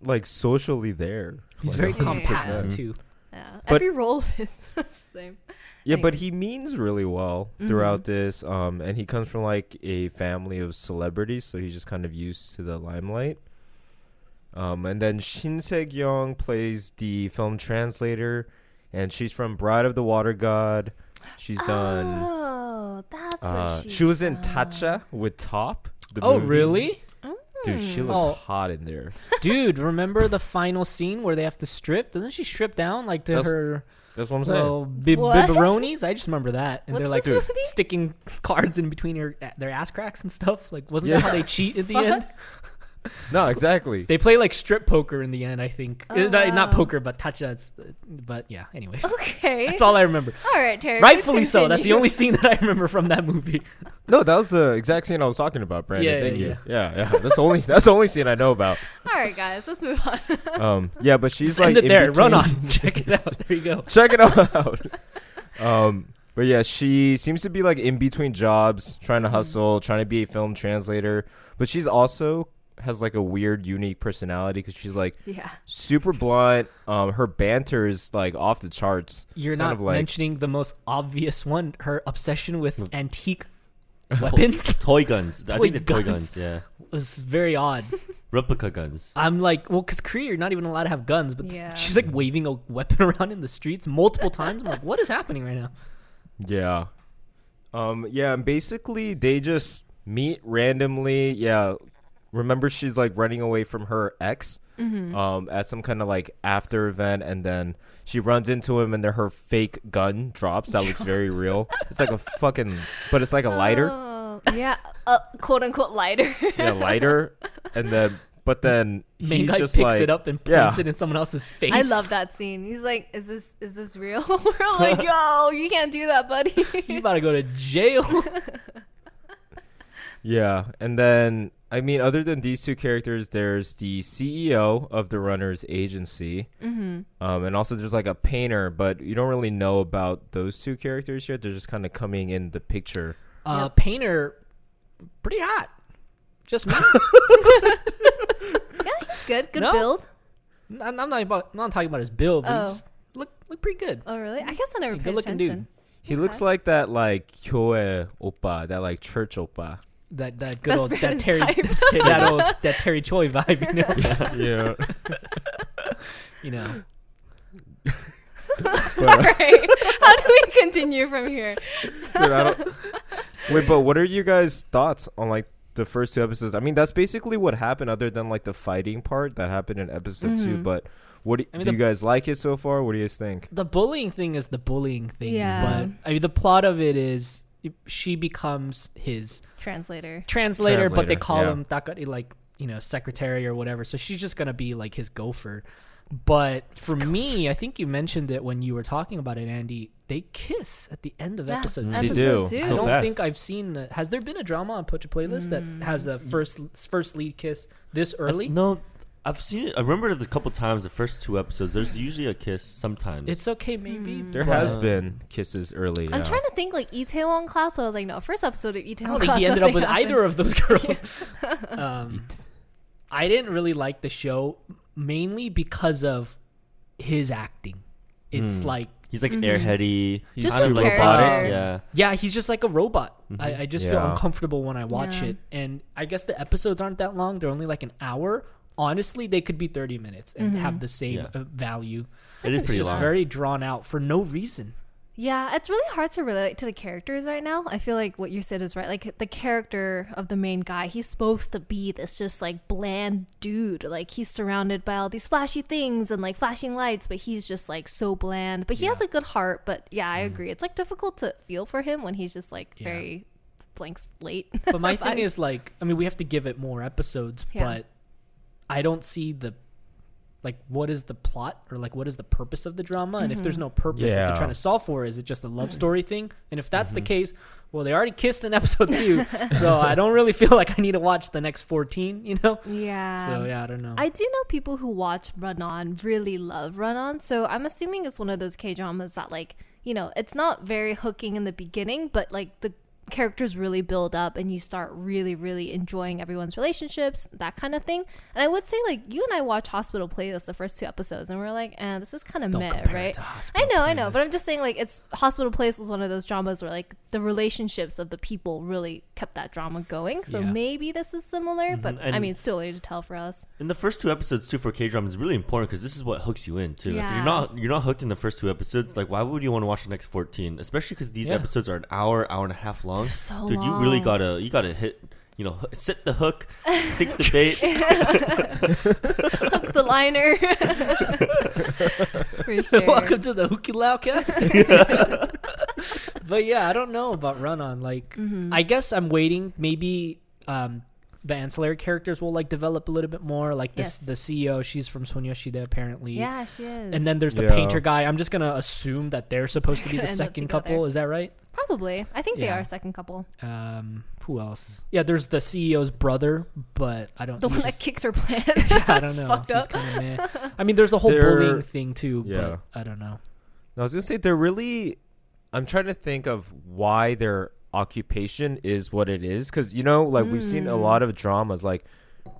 [SPEAKER 3] like socially there.
[SPEAKER 4] He's very
[SPEAKER 3] Like, 100%.
[SPEAKER 4] compact too.
[SPEAKER 1] yeah.
[SPEAKER 3] but-
[SPEAKER 1] Every role of his same.
[SPEAKER 3] Yeah, but he means really well
[SPEAKER 4] Mm-hmm.
[SPEAKER 3] throughout this. Um, and he comes from like a family of celebrities, so he's just kind of used to the limelight. Um, and then Shin Seg Young plays the film translator, and she's from Bride of the Water God. She's
[SPEAKER 4] Ah,
[SPEAKER 3] done.
[SPEAKER 1] Oh, that's
[SPEAKER 3] Uh,
[SPEAKER 1] where
[SPEAKER 3] she was in Tacha with Top. The
[SPEAKER 4] Oh
[SPEAKER 3] movie.
[SPEAKER 4] really?
[SPEAKER 3] Dude, she looks
[SPEAKER 4] Oh.
[SPEAKER 3] hot in there.
[SPEAKER 4] Dude, remember the final scene where they have to strip? Doesn't she strip down like to
[SPEAKER 3] That's-
[SPEAKER 4] her
[SPEAKER 3] That's what I'm saying.
[SPEAKER 4] little bib-
[SPEAKER 1] What?
[SPEAKER 4] biberonis? I just remember that, and they're like
[SPEAKER 1] What's this movie?
[SPEAKER 4] sticking cards in between her their ass cracks and stuff. Like, wasn't that
[SPEAKER 3] Yeah.
[SPEAKER 4] how they cheat at the end?
[SPEAKER 3] no, exactly.
[SPEAKER 4] They play like strip poker in the end, I think.
[SPEAKER 1] Oh,
[SPEAKER 4] Uh, not, not
[SPEAKER 1] wow.
[SPEAKER 4] poker, but tacha. it's- But yeah, anyways,
[SPEAKER 1] Okay.
[SPEAKER 4] that's all I remember.
[SPEAKER 1] All right, Terry. please
[SPEAKER 4] Rightfully so. That's the
[SPEAKER 1] continue.
[SPEAKER 4] only scene that I remember from that movie.
[SPEAKER 3] No, that was the exact scene I was talking about, Brandon.
[SPEAKER 4] Yeah, yeah,
[SPEAKER 3] Thank you. Yeah. yeah, That's the only that's the only scene I know about.
[SPEAKER 1] All right, guys, let's move on.
[SPEAKER 3] Um, yeah, but she's
[SPEAKER 4] Just
[SPEAKER 3] like
[SPEAKER 4] end it
[SPEAKER 3] in
[SPEAKER 4] there. Run
[SPEAKER 3] between-
[SPEAKER 4] on. Check it out. There you go.
[SPEAKER 3] Check it out. um, but yeah, she seems to be like in between jobs, trying
[SPEAKER 4] Mm-hmm.
[SPEAKER 3] to hustle, trying to be a film translator. But she's also has like a weird, unique personality because she's like
[SPEAKER 1] yeah.
[SPEAKER 3] super blunt. Um, her banter is like off the charts.
[SPEAKER 4] You're
[SPEAKER 3] It's
[SPEAKER 4] not
[SPEAKER 3] kind of like Mm.
[SPEAKER 4] mentioning the most obvious one. Her obsession with antique weapons
[SPEAKER 5] Toy guns. I
[SPEAKER 4] Toy
[SPEAKER 5] think they're toy
[SPEAKER 4] guns.
[SPEAKER 5] guns. Yeah,
[SPEAKER 4] was very odd.
[SPEAKER 5] replica guns.
[SPEAKER 4] I'm like, well, because Korea, you're not even allowed to have guns, but th-
[SPEAKER 1] Yeah.
[SPEAKER 4] she's like waving a weapon around in the streets multiple times. I'm like, what is happening right now?
[SPEAKER 3] Yeah. Um yeah, and basically they just meet randomly. Yeah. Remember she's like running away from her ex
[SPEAKER 4] Mm-hmm.
[SPEAKER 3] um at some kind of like after event and then she runs into him and then her fake gun drops that looks very real. It's like a fucking but it's like a lighter.
[SPEAKER 1] Oh, yeah. Uh, quote unquote lighter.
[SPEAKER 3] Yeah, lighter. And then but then
[SPEAKER 4] Main
[SPEAKER 3] he's
[SPEAKER 4] guy
[SPEAKER 3] just
[SPEAKER 4] picks
[SPEAKER 3] like
[SPEAKER 4] it up and
[SPEAKER 3] yeah.
[SPEAKER 4] points it in someone else's face.
[SPEAKER 1] I love that scene. He's like, "Is this is this real?" We're like, "Yo, you can't do that, buddy."
[SPEAKER 4] You about to go to jail?
[SPEAKER 3] Yeah, and then I mean, other than these two characters, there's the CEO of the Runners Agency, um, and also there's like a painter, but you don't really know about those two characters yet. They're just kind of coming in the picture.
[SPEAKER 4] Uh, Painter, pretty hot. Just me.
[SPEAKER 1] It's good. Good
[SPEAKER 4] No.
[SPEAKER 1] build.
[SPEAKER 4] I'm I'm not about. I'm not talking about his build. But
[SPEAKER 1] Oh.
[SPEAKER 4] he just look look pretty good.
[SPEAKER 1] Oh, really? I guess I never paid
[SPEAKER 4] Good looking
[SPEAKER 1] attention.
[SPEAKER 4] dude.
[SPEAKER 3] He looks like that like kyoe oppa, that like church oppa.
[SPEAKER 4] That that good
[SPEAKER 1] That's
[SPEAKER 4] old that
[SPEAKER 1] Brandon's
[SPEAKER 4] Terry
[SPEAKER 1] type.
[SPEAKER 4] that's Ter- that old that Terry Choi vibe. You know.
[SPEAKER 3] Yeah,
[SPEAKER 4] you know.
[SPEAKER 1] All right. How do we continue from here?
[SPEAKER 3] Dude, I don't- Wait, but what are you guys' thoughts on like the first two episodes? I mean, that's basically what happened, other than like the fighting part that happened in episode two. But what do,
[SPEAKER 4] I mean, the-
[SPEAKER 3] do you guys like it so far? What do you guys think?
[SPEAKER 4] the bullying thing is the bullying thing.
[SPEAKER 1] Yeah.
[SPEAKER 4] But I mean, the plot of it is she becomes his
[SPEAKER 1] Translator.
[SPEAKER 4] translator, but they
[SPEAKER 3] Translator,
[SPEAKER 4] call
[SPEAKER 3] yeah.
[SPEAKER 4] him Takari, like you know, secretary or whatever. So she's just gonna be like his gopher. But for me, I think you mentioned it when you were talking about it, Andy. They kiss at the end of
[SPEAKER 1] Yeah,
[SPEAKER 4] episode.
[SPEAKER 3] They
[SPEAKER 4] two.
[SPEAKER 1] episode
[SPEAKER 3] do.
[SPEAKER 1] two.
[SPEAKER 4] I
[SPEAKER 5] So
[SPEAKER 4] don't
[SPEAKER 5] fast.
[SPEAKER 4] think I've seen. A, has there been a drama on Pocha Playlist that has
[SPEAKER 1] Mm.
[SPEAKER 4] a first first lead kiss this early?
[SPEAKER 5] No, I've seen it. I remember it a couple times. The first two episodes, there's usually a kiss. Sometimes
[SPEAKER 4] It's okay, maybe.
[SPEAKER 3] There
[SPEAKER 4] but-
[SPEAKER 3] has been kisses early.
[SPEAKER 1] I'm trying to think like Itaewon class, but I was like, no, first episode of Itaewon
[SPEAKER 4] I don't think
[SPEAKER 1] class.
[SPEAKER 4] Oh, he ended up with
[SPEAKER 1] nothing
[SPEAKER 4] either of those girls. um, I didn't really like the show mainly because of his acting. It's like,
[SPEAKER 5] he's like airheady,
[SPEAKER 3] He's
[SPEAKER 5] kind
[SPEAKER 1] too
[SPEAKER 5] of like
[SPEAKER 1] robotic. character.
[SPEAKER 5] Yeah,
[SPEAKER 4] yeah, he's just like a robot. I, I just feel
[SPEAKER 3] Yeah.
[SPEAKER 4] uncomfortable when I watch
[SPEAKER 1] Yeah.
[SPEAKER 4] it. And I guess the episodes aren't that long, they're only like an hour. Honestly, they could be 30 minutes and have the same
[SPEAKER 5] Yeah.
[SPEAKER 4] uh, value.
[SPEAKER 5] it is
[SPEAKER 4] It's
[SPEAKER 5] pretty
[SPEAKER 4] just
[SPEAKER 5] long.
[SPEAKER 4] very drawn out for no reason.
[SPEAKER 1] Yeah, it's really hard to relate to the characters right now. I feel like what you said is right. Like the character of the main guy, he's supposed to be this just like bland dude. Like he's surrounded by all these flashy things and like flashing lights, but he's just like so bland. But he has a good heart. But yeah, I agree. It's like difficult to feel for him when he's just like
[SPEAKER 4] Mm. Yeah.
[SPEAKER 1] very blank slate.
[SPEAKER 4] But my thing is like, I mean, we have to give it more episodes,
[SPEAKER 1] Yeah.
[SPEAKER 4] but I don't see the like what is the plot or like what is the purpose of the drama? And if
[SPEAKER 1] Mm-hmm.
[SPEAKER 4] there's no purpose that
[SPEAKER 3] Yeah.
[SPEAKER 4] they're trying to solve for, is it just a love story thing? And if that's the case, well, they already kissed in episode two, so I don't really feel like I need to watch the next fourteen. You know?
[SPEAKER 1] yeah.
[SPEAKER 4] so yeah, I don't know.
[SPEAKER 1] Um, I do know people who watch Run On really love Run On, so I'm assuming it's one of those K dramas that like you know it's not very hooking in the beginning, but like the characters really build up and you start really really enjoying everyone's relationships that kind of thing and i would say like you and i watch hospital playlist the first two episodes and we're like eh, this is kind of
[SPEAKER 4] Don't
[SPEAKER 1] meh
[SPEAKER 4] compare it
[SPEAKER 1] right
[SPEAKER 4] to Hospital
[SPEAKER 1] i know i know but
[SPEAKER 4] Playlist.
[SPEAKER 1] i'm just saying like it's hospital playlist was one of those dramas where like the relationships of the people really kept that drama going so
[SPEAKER 4] Yeah. Mm-hmm.
[SPEAKER 1] maybe this is similar but i
[SPEAKER 5] And-
[SPEAKER 1] mean it's too early to tell for us
[SPEAKER 5] And the first two episodes too for K drama is really important because this is what hooks you in too. If
[SPEAKER 1] Yeah.
[SPEAKER 5] you're not you're not hooked in the first two episodes, like why would you want to watch the next fourteen? Especially because these
[SPEAKER 4] Yeah.
[SPEAKER 5] episodes are an hour, hour and a half long.
[SPEAKER 1] so
[SPEAKER 5] Dude, you really
[SPEAKER 1] long.
[SPEAKER 5] gotta you gotta hit you know h- set the hook, sink the bait.
[SPEAKER 1] the liner. For sure.
[SPEAKER 4] Welcome to the Hookie Lauka. but yeah, I don't know about Run On. Like,
[SPEAKER 1] Mm-hmm.
[SPEAKER 4] I guess I'm waiting. Maybe um, the ancillary characters will like develop a little bit more. Like this,
[SPEAKER 1] Yes.
[SPEAKER 4] the CEO, she's from Sonyoshida apparently.
[SPEAKER 1] Yeah, she is.
[SPEAKER 4] And then there's the
[SPEAKER 3] Yeah.
[SPEAKER 4] painter guy. I'm just gonna assume that they're supposed to be the
[SPEAKER 1] Gonna end up
[SPEAKER 4] second
[SPEAKER 1] together.
[SPEAKER 4] couple. Is that right?
[SPEAKER 1] probably, I think they
[SPEAKER 4] Yeah.
[SPEAKER 1] are a second couple.
[SPEAKER 4] Um, who else? Yeah, there's the CEO's brother, but I don't.
[SPEAKER 1] The
[SPEAKER 4] he's
[SPEAKER 1] one that
[SPEAKER 4] just-
[SPEAKER 1] kicked her plan.
[SPEAKER 4] I
[SPEAKER 1] That's
[SPEAKER 4] don't know.
[SPEAKER 1] Fucked
[SPEAKER 4] He's
[SPEAKER 1] up.
[SPEAKER 4] kinda meh. I mean, there's the whole
[SPEAKER 3] They're-
[SPEAKER 4] bullying thing too.
[SPEAKER 3] Yeah.
[SPEAKER 4] But I don't know.
[SPEAKER 3] I was gonna say they're really. I'm trying to think of why their occupation is what it is, because you know, like we've seen a
[SPEAKER 1] Mm.
[SPEAKER 3] lot of dramas, like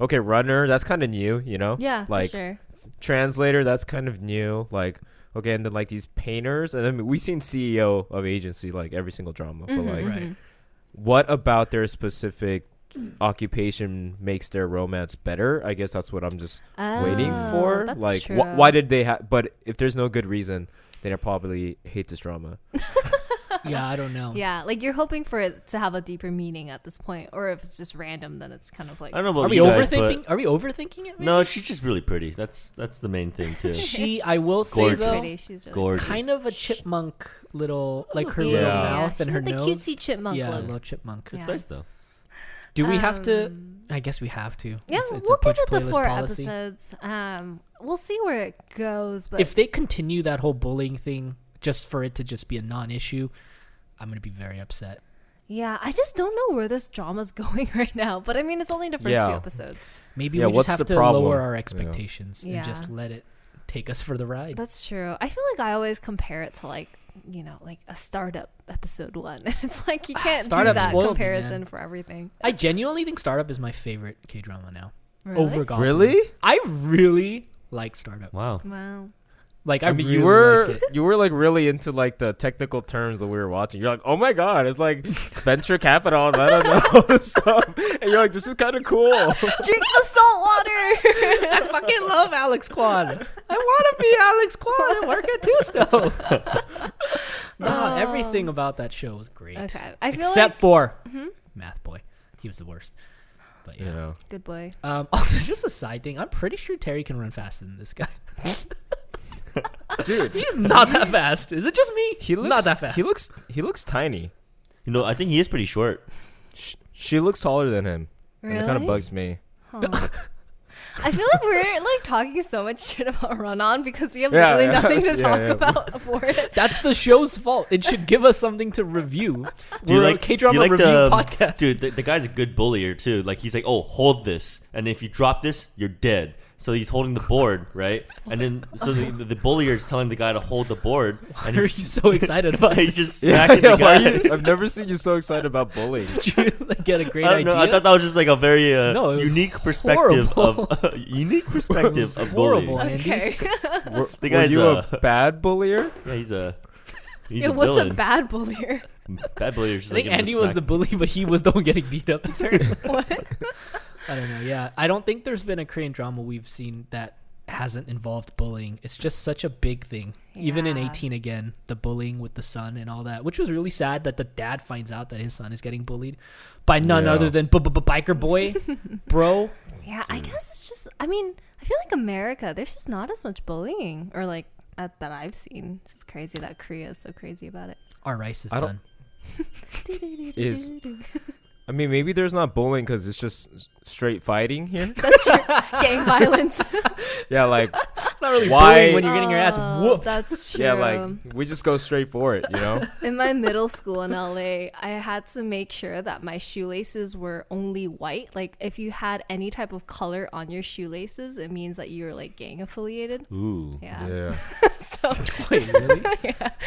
[SPEAKER 3] okay, runner, that's kind of new, you know,
[SPEAKER 1] yeah,
[SPEAKER 3] like
[SPEAKER 1] for sure.
[SPEAKER 3] translator, that's kind of new, like okay, and then like these painters, and then we've seen CEO of agency like every single drama,
[SPEAKER 1] Mm-hmm.
[SPEAKER 3] but like,
[SPEAKER 4] Right.
[SPEAKER 3] what about their specific occupation makes their romance better? I guess that's what I'm just waiting
[SPEAKER 1] Oh,
[SPEAKER 3] for.
[SPEAKER 1] that's
[SPEAKER 3] Like,
[SPEAKER 1] true.
[SPEAKER 3] wh- why did they have? But if there's no good reason, then I probably hate this drama.
[SPEAKER 4] Yeah, I don't know.
[SPEAKER 1] Yeah, like you're hoping for it to have a deeper meaning at this point, or if it's just random, then it's kind of like
[SPEAKER 5] I don't know
[SPEAKER 4] Are
[SPEAKER 5] about
[SPEAKER 4] we
[SPEAKER 5] you guys,
[SPEAKER 4] overthinking?
[SPEAKER 5] but
[SPEAKER 4] Are we overthinking it? maybe?
[SPEAKER 5] no, she's just really pretty. That's that's the main thing too.
[SPEAKER 4] She, I will say
[SPEAKER 5] Gorgeous.
[SPEAKER 4] though,
[SPEAKER 1] pretty. She's really
[SPEAKER 5] Gorgeous.
[SPEAKER 4] kind of a chipmunk little, like her
[SPEAKER 1] Yeah.
[SPEAKER 4] little
[SPEAKER 3] Yeah.
[SPEAKER 4] mouth
[SPEAKER 1] She's
[SPEAKER 4] and her
[SPEAKER 1] like the
[SPEAKER 4] nose.
[SPEAKER 1] cutesy chipmunk
[SPEAKER 4] yeah,
[SPEAKER 1] look.
[SPEAKER 4] little chipmunk.
[SPEAKER 5] It's
[SPEAKER 1] Yeah. Um,
[SPEAKER 5] nice though.
[SPEAKER 4] Do we have to? I guess we have to.
[SPEAKER 1] Yeah,
[SPEAKER 4] It's- it's a
[SPEAKER 1] we'll give
[SPEAKER 4] push
[SPEAKER 1] it the
[SPEAKER 4] playlist
[SPEAKER 1] four
[SPEAKER 4] policy.
[SPEAKER 1] episodes. Um, we'll see where it goes, but
[SPEAKER 4] If they continue that whole bullying thing, just for it to just be a non-issue, I'm gonna be very upset.
[SPEAKER 1] Yeah, I just don't know where this drama's going right now. But I mean, it's only the first two
[SPEAKER 3] Yeah.
[SPEAKER 1] episodes.
[SPEAKER 4] Maybe
[SPEAKER 3] Yeah,
[SPEAKER 4] we just
[SPEAKER 3] what's
[SPEAKER 4] have
[SPEAKER 3] the
[SPEAKER 4] to
[SPEAKER 3] problem?
[SPEAKER 4] lower our
[SPEAKER 3] Yeah.
[SPEAKER 4] expectations
[SPEAKER 1] Yeah.
[SPEAKER 4] and just let it take us for the ride.
[SPEAKER 1] That's true. I feel like I always compare it to like you know like a startup episode one. it's like you can't do
[SPEAKER 4] Startup
[SPEAKER 1] that
[SPEAKER 4] spoiled me,
[SPEAKER 1] comparison
[SPEAKER 4] Ah, man.
[SPEAKER 1] for everything.
[SPEAKER 4] I genuinely think Startup is my favorite K drama now.
[SPEAKER 1] Really?
[SPEAKER 4] Over Goblin.
[SPEAKER 3] Really?
[SPEAKER 4] I really like Startup.
[SPEAKER 5] Wow.
[SPEAKER 1] Wow.
[SPEAKER 4] Like I,
[SPEAKER 3] I mean,
[SPEAKER 4] really
[SPEAKER 3] you were
[SPEAKER 4] like it.
[SPEAKER 3] you were like really into like the technical terms that we were watching. You're like, oh my god, it's like venture capital. and I don't know this stuff, and you're like, this is kind of cool.
[SPEAKER 1] Drink the salt water.
[SPEAKER 4] I fucking love Alex Quan. I want to be Alex Quan and work at Tusto. Um, no, everything about that show was great.
[SPEAKER 1] okay, I feel
[SPEAKER 4] Except
[SPEAKER 1] like
[SPEAKER 4] for Math Boy. He was the worst. But yeah.
[SPEAKER 3] You know,
[SPEAKER 1] good boy.
[SPEAKER 4] Um, also, just a side thing. I'm pretty sure Terry can run faster than this guy.
[SPEAKER 3] dude,
[SPEAKER 4] He's not that fast. Is it just me?
[SPEAKER 3] he looks
[SPEAKER 4] not that fast.
[SPEAKER 3] He looks he looks tiny.
[SPEAKER 5] You know, I think he is pretty short.
[SPEAKER 3] Sh- she looks taller than him, and it kind
[SPEAKER 1] Really?
[SPEAKER 3] of bugs me.
[SPEAKER 1] Huh. I feel like we're like talking so much shit about Run On because we have
[SPEAKER 3] Yeah,
[SPEAKER 1] literally
[SPEAKER 3] yeah.
[SPEAKER 1] nothing to
[SPEAKER 3] Yeah,
[SPEAKER 1] talk
[SPEAKER 3] yeah.
[SPEAKER 1] about for it.
[SPEAKER 4] That's the show's fault. It should give us something to review. We're a K drama
[SPEAKER 5] do you like
[SPEAKER 4] review
[SPEAKER 5] the- um,
[SPEAKER 4] podcast.
[SPEAKER 5] Dude, the, the guy's a good bullier too. Like he's like, oh, hold this, and if you drop this, you're dead. So he's holding the board, right? And then so the, the, the bullier is telling the guy to hold the board, and
[SPEAKER 4] Why are you
[SPEAKER 5] he's
[SPEAKER 4] so excited about
[SPEAKER 5] he's
[SPEAKER 4] it?
[SPEAKER 5] just smacking the
[SPEAKER 3] why
[SPEAKER 5] guy.
[SPEAKER 3] you- I've never seen you so excited about bullying.
[SPEAKER 4] Did you like, get a great
[SPEAKER 5] I don't
[SPEAKER 4] idea?
[SPEAKER 5] know. I thought that was just like a very uh,
[SPEAKER 4] No, it was
[SPEAKER 5] unique perspective
[SPEAKER 4] horrible.
[SPEAKER 5] of unique perspective of
[SPEAKER 4] horrible.
[SPEAKER 5] bullying.
[SPEAKER 4] Andy?
[SPEAKER 1] Okay,
[SPEAKER 3] Were,
[SPEAKER 5] The
[SPEAKER 3] were
[SPEAKER 5] guy's
[SPEAKER 3] you
[SPEAKER 5] a,
[SPEAKER 3] a bad bullier?
[SPEAKER 5] yeah, he's a he's
[SPEAKER 1] it
[SPEAKER 5] a
[SPEAKER 1] was
[SPEAKER 5] villain.
[SPEAKER 1] a bad bullier.
[SPEAKER 5] bad bullier. Just
[SPEAKER 4] I think
[SPEAKER 5] like
[SPEAKER 4] Andy was the bully, but he was the one getting beat up.
[SPEAKER 1] What?
[SPEAKER 4] I don't know. Yeah, I don't think there's been a Korean drama we've seen that hasn't involved bullying. It's just such a big thing. Even in
[SPEAKER 1] Yeah.
[SPEAKER 4] 18 again, the bullying with the son and all that, which was really sad that the dad finds out that his son is getting bullied by none
[SPEAKER 3] Yeah.
[SPEAKER 4] other than b- b- b- biker boy, bro.
[SPEAKER 1] Yeah, I guess it's just. I mean, I feel like America. There's just not as much bullying, or like at, that I've seen. It's just crazy that Korea is so crazy about it.
[SPEAKER 4] Our rice is
[SPEAKER 3] I don't-
[SPEAKER 4] done.
[SPEAKER 3] Is I mean, maybe there's not bullying because it's just s- straight fighting here.
[SPEAKER 1] That's true. Gang violence.
[SPEAKER 3] Yeah, like
[SPEAKER 4] It's not really
[SPEAKER 3] Why-
[SPEAKER 4] bullying when you're getting your ass
[SPEAKER 1] Oh,
[SPEAKER 4] whooped.
[SPEAKER 1] That's true.
[SPEAKER 3] yeah, like we just go straight for it. You know.
[SPEAKER 1] in my middle school in LA, I had to make sure that my shoelaces were only white. Like if you had any type of color on your shoelaces, it means that you were like gang affiliated.
[SPEAKER 5] Ooh.
[SPEAKER 1] Yeah.
[SPEAKER 3] yeah.
[SPEAKER 1] So
[SPEAKER 4] Wait, really?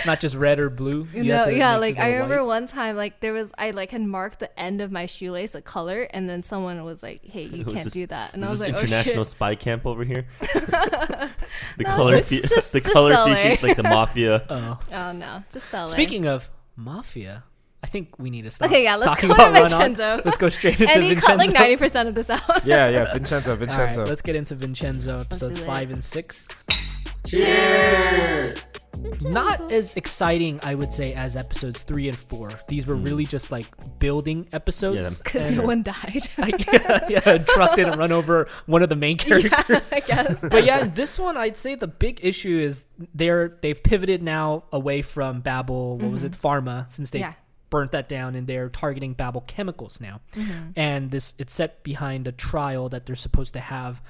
[SPEAKER 4] Not just red or blue.
[SPEAKER 1] you
[SPEAKER 4] have
[SPEAKER 1] know,
[SPEAKER 4] to
[SPEAKER 1] yeah,
[SPEAKER 4] make
[SPEAKER 1] like
[SPEAKER 4] sure
[SPEAKER 1] I
[SPEAKER 4] they're
[SPEAKER 1] remember
[SPEAKER 4] white.
[SPEAKER 1] one time like there was I like had marked the end of my shoelace a color and then someone was like, "Hey, you
[SPEAKER 5] Was
[SPEAKER 1] can't
[SPEAKER 5] this-
[SPEAKER 1] do that." And I
[SPEAKER 5] this is
[SPEAKER 1] was like, "Oh shit."
[SPEAKER 5] international spy camp over here. the
[SPEAKER 1] No,
[SPEAKER 5] color,
[SPEAKER 1] just-
[SPEAKER 5] fe-
[SPEAKER 1] just-
[SPEAKER 5] the
[SPEAKER 1] just
[SPEAKER 5] color
[SPEAKER 1] LA.
[SPEAKER 5] features like the mafia.
[SPEAKER 4] Oh.
[SPEAKER 1] Oh no. Just LA.
[SPEAKER 4] Speaking of mafia, I think we need to stop.
[SPEAKER 1] Okay, yeah, let's
[SPEAKER 4] talking
[SPEAKER 1] go
[SPEAKER 4] about
[SPEAKER 1] to
[SPEAKER 4] Run On.
[SPEAKER 1] Vincenzo.
[SPEAKER 4] Let's go straight into
[SPEAKER 1] and he
[SPEAKER 4] Vincenzo.
[SPEAKER 1] cut like 90% of this out.
[SPEAKER 3] Yeah, yeah, Vincenzo,
[SPEAKER 4] All right,
[SPEAKER 3] Vincenzo.
[SPEAKER 4] let's get into Vincenzo episodes
[SPEAKER 1] do it.
[SPEAKER 4] five and six. Cheers! Not as exciting, I would say, as episodes three and four. These were really just like building episodes.
[SPEAKER 1] Cuz no one died.
[SPEAKER 4] Like, yeah, yeah, a truck didn't run over one of the main characters.
[SPEAKER 1] I guess.
[SPEAKER 4] But yeah, in this one, I'd say the big issue is they're they've pivoted now away from Babel. What was it, Pharma? Since they
[SPEAKER 1] Mm-hmm. Yeah.
[SPEAKER 4] burnt that down, and they're targeting Babel Chemicals now.
[SPEAKER 1] Mm-hmm.
[SPEAKER 4] And this it's set behind a trial that they're supposed to have.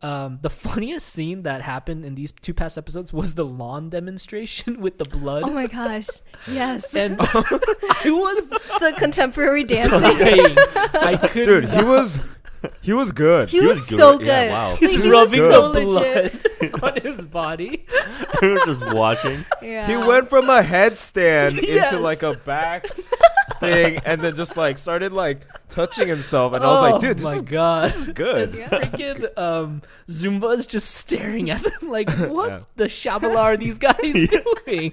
[SPEAKER 4] Um, the funniest scene that happened in these two past episodes was the lawn demonstration with the blood.
[SPEAKER 1] Oh my gosh. Yes.
[SPEAKER 4] and I was
[SPEAKER 1] the contemporary dancing.
[SPEAKER 4] dying. I could
[SPEAKER 3] Dude,
[SPEAKER 4] not.
[SPEAKER 3] he was he was good.
[SPEAKER 1] He,
[SPEAKER 5] He
[SPEAKER 1] was,
[SPEAKER 5] was
[SPEAKER 1] so
[SPEAKER 5] good.
[SPEAKER 1] good.
[SPEAKER 5] Yeah, wow.
[SPEAKER 1] Like,
[SPEAKER 4] He's
[SPEAKER 1] he was
[SPEAKER 4] rubbing
[SPEAKER 1] so
[SPEAKER 4] the
[SPEAKER 1] legit.
[SPEAKER 4] blood on his body.
[SPEAKER 5] we were just watching.
[SPEAKER 1] Yeah.
[SPEAKER 3] He went from a headstand
[SPEAKER 4] Yes.
[SPEAKER 3] into like a back thing and then just like started like touching himself and I was like, dude,
[SPEAKER 4] oh
[SPEAKER 3] this
[SPEAKER 4] my
[SPEAKER 3] is
[SPEAKER 4] god.
[SPEAKER 3] this is good.
[SPEAKER 4] freaking um, Zumba is just staring at them like, what
[SPEAKER 3] Yeah.
[SPEAKER 4] the shabala are these guys doing?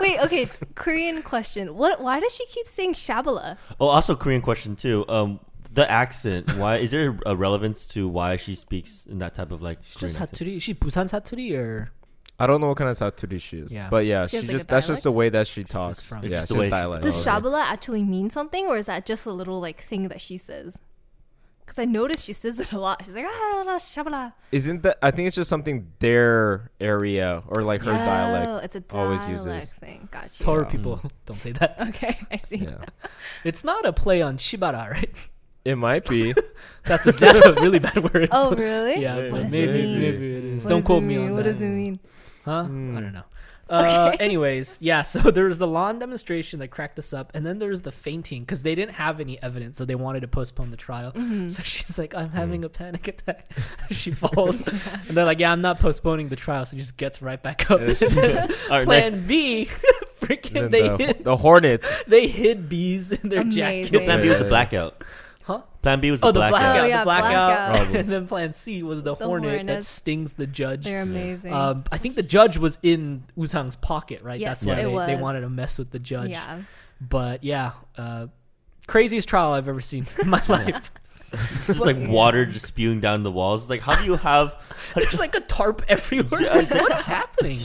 [SPEAKER 1] Wait, okay. Korean question. What? Why does she keep saying shabala?
[SPEAKER 5] Oh, also Korean question too. Um, the accent. Why is there a relevance to why she speaks in that type of like? Korean
[SPEAKER 4] Just
[SPEAKER 5] accent?
[SPEAKER 4] Hattori. Is she Busan Hattori or
[SPEAKER 3] I don't know what kind of Saturi she is.
[SPEAKER 4] Yeah.
[SPEAKER 3] But yeah,
[SPEAKER 1] She
[SPEAKER 3] she,
[SPEAKER 1] has, like, a
[SPEAKER 3] just that's just the way that she talks.
[SPEAKER 4] from-
[SPEAKER 3] yeah,
[SPEAKER 5] Just the
[SPEAKER 3] it's just
[SPEAKER 5] way she-
[SPEAKER 3] dialect.
[SPEAKER 1] Does
[SPEAKER 5] Oh, okay.
[SPEAKER 1] shabala actually mean something, or is that just a little like thing that she says? Because I noticed she says it a lot. She's like ah, la, la, shabala.
[SPEAKER 3] Isn't that I think it's just something their area or like her
[SPEAKER 1] Oh,
[SPEAKER 3] dialect.
[SPEAKER 1] it's a dialect
[SPEAKER 3] always uses.
[SPEAKER 1] thing. Got you.
[SPEAKER 4] Toro people? Don't say that.
[SPEAKER 1] Okay, I see.
[SPEAKER 3] Yeah.
[SPEAKER 4] It's not a play on Shibara, right?
[SPEAKER 3] It might be.
[SPEAKER 4] That's a, that's a really bad word.
[SPEAKER 1] Oh, really?
[SPEAKER 4] Yeah,
[SPEAKER 3] What
[SPEAKER 4] but
[SPEAKER 1] does it
[SPEAKER 4] maybe,
[SPEAKER 1] mean?
[SPEAKER 4] maybe it is.
[SPEAKER 1] What
[SPEAKER 4] Don't
[SPEAKER 1] does it
[SPEAKER 4] quote me
[SPEAKER 1] mean?
[SPEAKER 4] on
[SPEAKER 1] What
[SPEAKER 4] that.
[SPEAKER 1] does it mean?
[SPEAKER 4] Huh? I don't know. Uh, Anyways, yeah. So there was the lawn demonstration that cracked this up, and then there was the fainting because they didn't have any evidence, so they wanted to postpone the trial.
[SPEAKER 1] Mm-hmm.
[SPEAKER 4] So she's like, "I'm having a panic attack." she falls, and they're like, "Yeah, I'm not postponing the trial." So she just gets right back up.
[SPEAKER 5] All right, next.
[SPEAKER 4] Plan B, freaking
[SPEAKER 3] And
[SPEAKER 4] they
[SPEAKER 3] the,
[SPEAKER 4] hid,
[SPEAKER 3] the Hornets.
[SPEAKER 4] they hid bees in their
[SPEAKER 1] Amazing.
[SPEAKER 4] jackets.
[SPEAKER 5] Plan B was a
[SPEAKER 3] Yeah.
[SPEAKER 5] blackout.
[SPEAKER 4] Huh?
[SPEAKER 5] Plan B was
[SPEAKER 4] Oh,
[SPEAKER 5] a
[SPEAKER 4] the blackout,
[SPEAKER 1] Oh,
[SPEAKER 4] the
[SPEAKER 1] yeah,
[SPEAKER 4] blackout,
[SPEAKER 1] blackout.
[SPEAKER 3] Problem.
[SPEAKER 4] and then Plan C was the,
[SPEAKER 1] The
[SPEAKER 4] hornet that
[SPEAKER 1] hornets.
[SPEAKER 4] stings the judge.
[SPEAKER 1] They're amazing.
[SPEAKER 4] Um, I think the judge was in Usang's pocket, right?
[SPEAKER 1] Yes,
[SPEAKER 4] That's why
[SPEAKER 1] it
[SPEAKER 4] they, they
[SPEAKER 1] was.
[SPEAKER 4] wanted to mess with the judge.
[SPEAKER 1] yeah.
[SPEAKER 4] But yeah, uh, craziest trial I've ever seen in my life.
[SPEAKER 5] It's just like water just spewing down the walls. It's like, how do you have?
[SPEAKER 4] There's like a tarp everywhere.
[SPEAKER 5] Yeah,
[SPEAKER 4] Like, what is happening?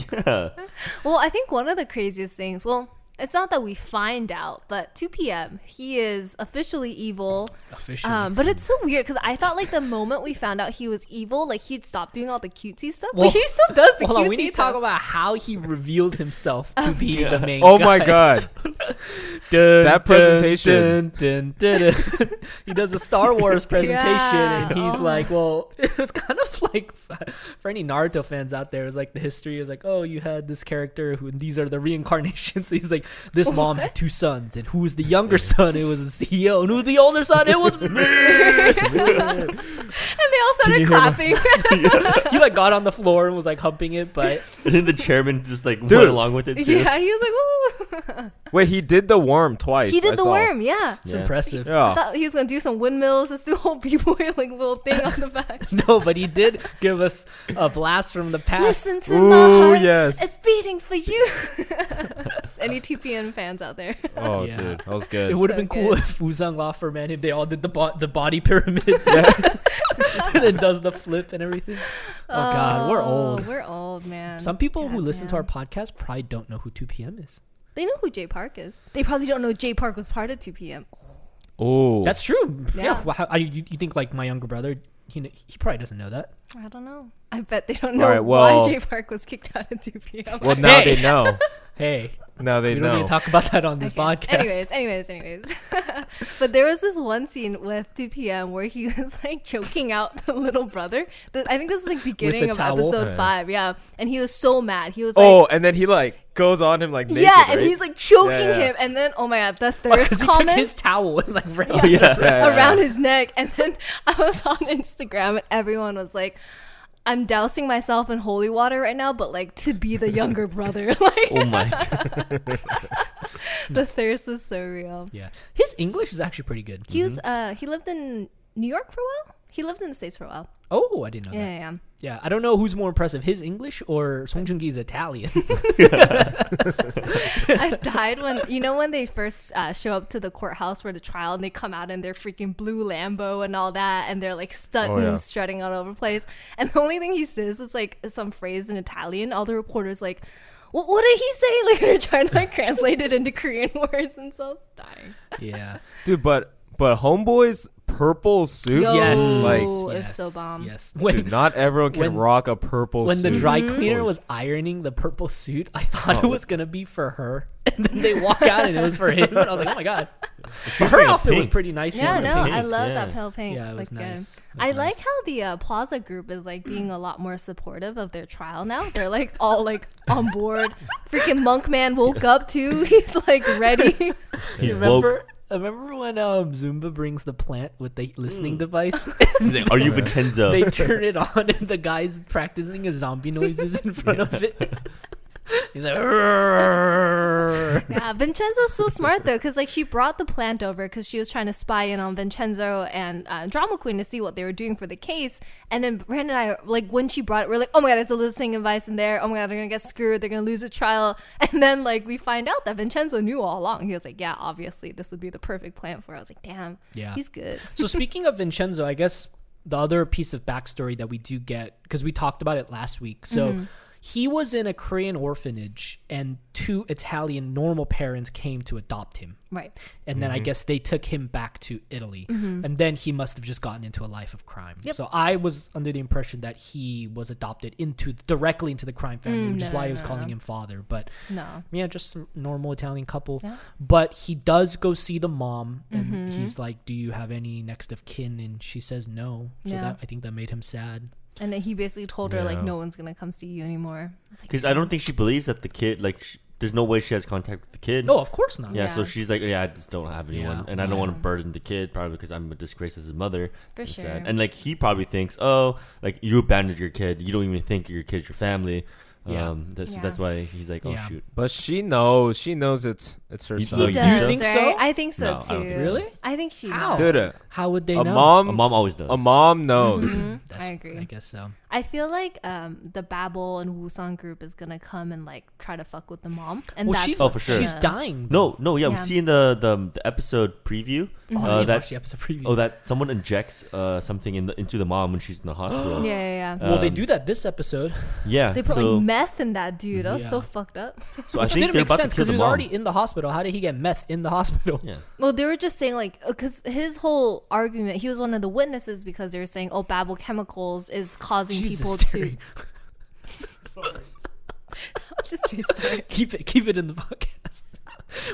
[SPEAKER 1] Well, I think one of the craziest things, well, it's not that we find out, but 2 p.m., he is officially evil.
[SPEAKER 4] Officially.
[SPEAKER 1] Um, but it's so weird because I thought, like, the moment we found out he was evil, like, he'd stop doing all the cutesy stuff.
[SPEAKER 4] Well,
[SPEAKER 1] but he still does the
[SPEAKER 4] Hold
[SPEAKER 1] cutesy
[SPEAKER 4] on, we need to
[SPEAKER 1] stuff.
[SPEAKER 4] talk about how he reveals himself to be the main.
[SPEAKER 3] Oh my
[SPEAKER 4] guy.
[SPEAKER 3] god.
[SPEAKER 4] Dun, dun,
[SPEAKER 3] That presentation.
[SPEAKER 4] dun, dun, dun. he does a Star Wars presentation,
[SPEAKER 1] Yeah.
[SPEAKER 4] and he's
[SPEAKER 1] Oh.
[SPEAKER 4] like, "Well, it's kind of like for any Naruto fans out there, it's like the history is like, oh, you had this character who and these are the reincarnations." he's like, "This mom had two sons, and who was the younger son? It was the CEO, and who was the older son? It was me."
[SPEAKER 1] And they all
[SPEAKER 3] you
[SPEAKER 1] started
[SPEAKER 3] hear my-
[SPEAKER 1] clapping.
[SPEAKER 4] he like got on the floor and was like humping it, but
[SPEAKER 5] And then the chairman just like
[SPEAKER 3] Dude.
[SPEAKER 5] went along with it too.
[SPEAKER 1] yeah, he was like, ooh.
[SPEAKER 3] Wait, he did the worm twice.
[SPEAKER 1] he did
[SPEAKER 3] I
[SPEAKER 1] the
[SPEAKER 3] saw.
[SPEAKER 1] worm, yeah.
[SPEAKER 4] it's
[SPEAKER 5] Yeah.
[SPEAKER 4] impressive.
[SPEAKER 1] I
[SPEAKER 3] Yeah.
[SPEAKER 1] thought he was going to do some windmills, this whole b-boy, like, little thing on the back.
[SPEAKER 4] No, but he did give us a blast from the past.
[SPEAKER 1] Listen to my
[SPEAKER 3] Ooh,
[SPEAKER 1] heart.
[SPEAKER 3] yes.
[SPEAKER 1] It's beating for you. Any TPN fans out there?
[SPEAKER 3] Oh,
[SPEAKER 4] Yeah.
[SPEAKER 3] dude, that was
[SPEAKER 4] It
[SPEAKER 3] good.
[SPEAKER 4] would have
[SPEAKER 1] So
[SPEAKER 4] been cool
[SPEAKER 1] good.
[SPEAKER 4] if Wuzang Lawfer Man if they all did the bo- the body pyramid and then does the flip and everything. Oh, god, we're
[SPEAKER 1] Oh,
[SPEAKER 4] old.
[SPEAKER 1] We're old, man.
[SPEAKER 4] Some people who
[SPEAKER 1] God
[SPEAKER 4] listen to our
[SPEAKER 1] damn.
[SPEAKER 4] podcast probably don't know who 2PM is.
[SPEAKER 1] they know who J Park is. They probably don't know J Park was part of 2 p.m.
[SPEAKER 3] Oh,
[SPEAKER 4] That's true. Yeah.
[SPEAKER 1] Yeah.
[SPEAKER 4] Wow, how- I- you, you think like my younger brother? He kn- he probably doesn't know that.
[SPEAKER 1] I don't know. I bet they don't know
[SPEAKER 3] right, well-
[SPEAKER 1] why J Park was kicked out of 2 p.m.
[SPEAKER 3] well now
[SPEAKER 4] Hey!
[SPEAKER 3] they know.
[SPEAKER 4] Hey,
[SPEAKER 3] Now they
[SPEAKER 4] we don't
[SPEAKER 3] know.
[SPEAKER 4] need to talk about that on this
[SPEAKER 1] Okay.
[SPEAKER 4] podcast.
[SPEAKER 1] Anyways, anyways, anyways. but there was this one scene with 2 p.m. where he was like choking out the little brother. The- I think this is like beginning
[SPEAKER 4] a
[SPEAKER 1] of
[SPEAKER 4] towel?
[SPEAKER 1] episode
[SPEAKER 3] Yeah.
[SPEAKER 1] five. Yeah. And he was so mad. He was like,
[SPEAKER 3] oh, and then he like goes on him like naked,
[SPEAKER 1] yeah, and
[SPEAKER 3] right?
[SPEAKER 1] he's like choking
[SPEAKER 3] Yeah, yeah.
[SPEAKER 1] him, and then oh my god, the
[SPEAKER 4] Because
[SPEAKER 1] thirst
[SPEAKER 4] he took
[SPEAKER 1] comment
[SPEAKER 4] his towel and like ran.
[SPEAKER 5] Oh, yeah.
[SPEAKER 3] Yeah, yeah,
[SPEAKER 1] around
[SPEAKER 3] yeah.
[SPEAKER 1] his neck, and then I was on Instagram, and everyone was like, "I'm dousing myself in holy water right now, but like to be the younger brother." like
[SPEAKER 5] Oh my god.
[SPEAKER 1] the thirst was so real.
[SPEAKER 4] Yeah. His English is actually pretty good.
[SPEAKER 1] He was uh he lived in New York for a while. He lived in the states for a while.
[SPEAKER 4] Oh, I didn't know
[SPEAKER 1] Yeah,
[SPEAKER 4] that.
[SPEAKER 1] yeah. yeah.
[SPEAKER 4] Yeah, I don't know who's more impressive, his English or Song Joong Ki's Italian.
[SPEAKER 1] I died when you know when they first uh, show up to the courthouse for the trial and they come out in their freaking blue Lambo and all that and they're like stunting,
[SPEAKER 3] Oh, yeah.
[SPEAKER 1] strutting all over the place. And the only thing he says is like some phrase in Italian. All the reporters like, "What? What did he say?" Like they're trying to like translate it into Korean words and so I was dying.
[SPEAKER 4] yeah.
[SPEAKER 3] dude. But but homeboy's purple suit.
[SPEAKER 1] Yo.
[SPEAKER 4] Yes.
[SPEAKER 1] Like-
[SPEAKER 4] yes.
[SPEAKER 1] Oh, It's so bomb.
[SPEAKER 4] Yes.
[SPEAKER 3] Dude,
[SPEAKER 4] When,
[SPEAKER 3] not everyone can
[SPEAKER 4] when-
[SPEAKER 3] rock a purple
[SPEAKER 4] when
[SPEAKER 3] suit.
[SPEAKER 4] the dry cleaner
[SPEAKER 3] Holy
[SPEAKER 4] was ironing the purple suit, I thought
[SPEAKER 5] Oh.
[SPEAKER 4] it was going to be for her. And then they walk out and it was for him. And I was like, oh my God. But her
[SPEAKER 5] wearing
[SPEAKER 4] outfit was
[SPEAKER 5] pink.
[SPEAKER 4] pretty nice. She
[SPEAKER 1] Yeah,
[SPEAKER 4] was
[SPEAKER 1] no,
[SPEAKER 4] wearing
[SPEAKER 1] I
[SPEAKER 5] pink,
[SPEAKER 1] love
[SPEAKER 5] yeah.
[SPEAKER 1] that pale pink.
[SPEAKER 4] Yeah, it was
[SPEAKER 1] Like, uh,
[SPEAKER 4] nice. It was
[SPEAKER 1] I like
[SPEAKER 4] nice.
[SPEAKER 1] how the uh, Plaza Group is like being a lot more supportive of their trial now. They're like all like on board. Freaking Monk Man woke up too. He's like ready.
[SPEAKER 4] pink.
[SPEAKER 5] He's
[SPEAKER 4] remember,
[SPEAKER 5] woke.
[SPEAKER 4] remember when um, Zumba brings the plant with the listening device?
[SPEAKER 5] He's like, Are you
[SPEAKER 4] they
[SPEAKER 5] Vincenzo?
[SPEAKER 4] turn it on and the guy's practicing his zombie noises in front of it. He's like, "Rrrr."
[SPEAKER 1] Yeah, Vincenzo's so smart though, because like she brought the plant over because she was trying to spy in on Vincenzo and uh, Drama Queen to see what they were doing for the case. And then Brandon and I, like when she brought it, we're like, oh my god, there's a listening advice in there. Oh my god, they're gonna get screwed. They're gonna lose a trial. And then like we find out that Vincenzo knew all along. He was like, yeah, obviously this would be the perfect plant for. her. I was like, damn,
[SPEAKER 4] Yeah.
[SPEAKER 1] he's good.
[SPEAKER 4] so speaking of Vincenzo, I guess the other piece of backstory that we do get because we talked about it last week. So he was in a Korean orphanage, and two Italian normal parents came to adopt him.
[SPEAKER 1] Right.
[SPEAKER 4] And then I guess they took him back to Italy, and then he must have just gotten into a life of crime.
[SPEAKER 1] Yep.
[SPEAKER 4] So I was under the impression that he was adopted into directly into the crime family, which is why I was calling him father. But
[SPEAKER 1] No.
[SPEAKER 4] yeah, just a normal Italian couple.
[SPEAKER 1] Yeah. Mm-hmm.
[SPEAKER 4] But he does go see the mom, and he's like, "Do you have any next of kin?" And she says no. So
[SPEAKER 1] Yeah.
[SPEAKER 4] that I think that made him sad.
[SPEAKER 1] And then he basically told her like
[SPEAKER 3] Yeah.
[SPEAKER 1] no one's gonna come see you anymore. It's like,
[SPEAKER 5] because I don't think she believes that the kid like sh there's no way she has contact with the kid.
[SPEAKER 4] No, Oh, of course not.
[SPEAKER 5] Yeah, so
[SPEAKER 1] Yeah.
[SPEAKER 5] she's like, yeah, I just don't have anyone,
[SPEAKER 4] Yeah.
[SPEAKER 5] and I don't want to burden the kid probably because I'm a disgrace as a mother.
[SPEAKER 1] For
[SPEAKER 5] It's
[SPEAKER 1] sure.
[SPEAKER 5] And like he probably thinks, oh, like you abandoned your kid. You don't even think your kid's your family.
[SPEAKER 4] Yeah.
[SPEAKER 5] Um, that's,
[SPEAKER 1] Yeah.
[SPEAKER 5] that's why he's like, oh
[SPEAKER 4] Yeah.
[SPEAKER 5] shoot.
[SPEAKER 3] But she knows. She knows it's it's her
[SPEAKER 5] You
[SPEAKER 1] she
[SPEAKER 5] Oh,
[SPEAKER 3] son.
[SPEAKER 5] you
[SPEAKER 1] does,
[SPEAKER 5] think
[SPEAKER 1] right?
[SPEAKER 4] so?
[SPEAKER 1] I think so
[SPEAKER 5] No, I
[SPEAKER 1] too.
[SPEAKER 5] don't think so.
[SPEAKER 4] Really?
[SPEAKER 1] I think she.
[SPEAKER 4] How?
[SPEAKER 1] knows.
[SPEAKER 3] Dude, uh, a,
[SPEAKER 4] How would they
[SPEAKER 3] a
[SPEAKER 4] know?
[SPEAKER 1] Mm.
[SPEAKER 5] A
[SPEAKER 3] mom,
[SPEAKER 5] mom always knows.
[SPEAKER 3] a mom knows.
[SPEAKER 4] Mm-hmm.
[SPEAKER 1] I agree.
[SPEAKER 4] I guess so.
[SPEAKER 1] I feel like um, the Babel and Wusong group is gonna come and like try to fuck with the mom, and
[SPEAKER 4] well,
[SPEAKER 1] that's
[SPEAKER 4] she's,
[SPEAKER 5] Oh, for sure.
[SPEAKER 4] she's
[SPEAKER 1] Yeah.
[SPEAKER 4] dying. though.
[SPEAKER 5] No, no, yeah, we
[SPEAKER 1] Yeah. Mm-hmm.
[SPEAKER 5] see in the the, the episode preview
[SPEAKER 4] Oh,
[SPEAKER 5] uh,
[SPEAKER 4] yeah,
[SPEAKER 5] that's-
[SPEAKER 4] the episode preview.
[SPEAKER 5] Oh, that someone injects uh, something in the, into the mom when she's in the hospital.
[SPEAKER 1] Yeah, yeah, yeah.
[SPEAKER 4] well, they
[SPEAKER 5] um,
[SPEAKER 4] do that this episode,
[SPEAKER 5] yeah.
[SPEAKER 1] they put
[SPEAKER 5] so,
[SPEAKER 1] like meth in that dude. That was so
[SPEAKER 4] Yeah.
[SPEAKER 1] fucked up.
[SPEAKER 5] so I
[SPEAKER 4] which
[SPEAKER 5] think
[SPEAKER 4] didn't
[SPEAKER 5] they're
[SPEAKER 4] make
[SPEAKER 5] about
[SPEAKER 4] sense
[SPEAKER 5] to kill
[SPEAKER 4] because
[SPEAKER 5] the
[SPEAKER 4] he was
[SPEAKER 5] mom.
[SPEAKER 4] already in the hospital. How did he get meth in the hospital?
[SPEAKER 5] yeah.
[SPEAKER 1] Well, they were just saying like because his whole argument, he was one of the witnesses because they were saying, "Oh, Babel chemicals is causing people
[SPEAKER 4] Terry.
[SPEAKER 1] to just restart."
[SPEAKER 4] keep it, keep it in the podcast.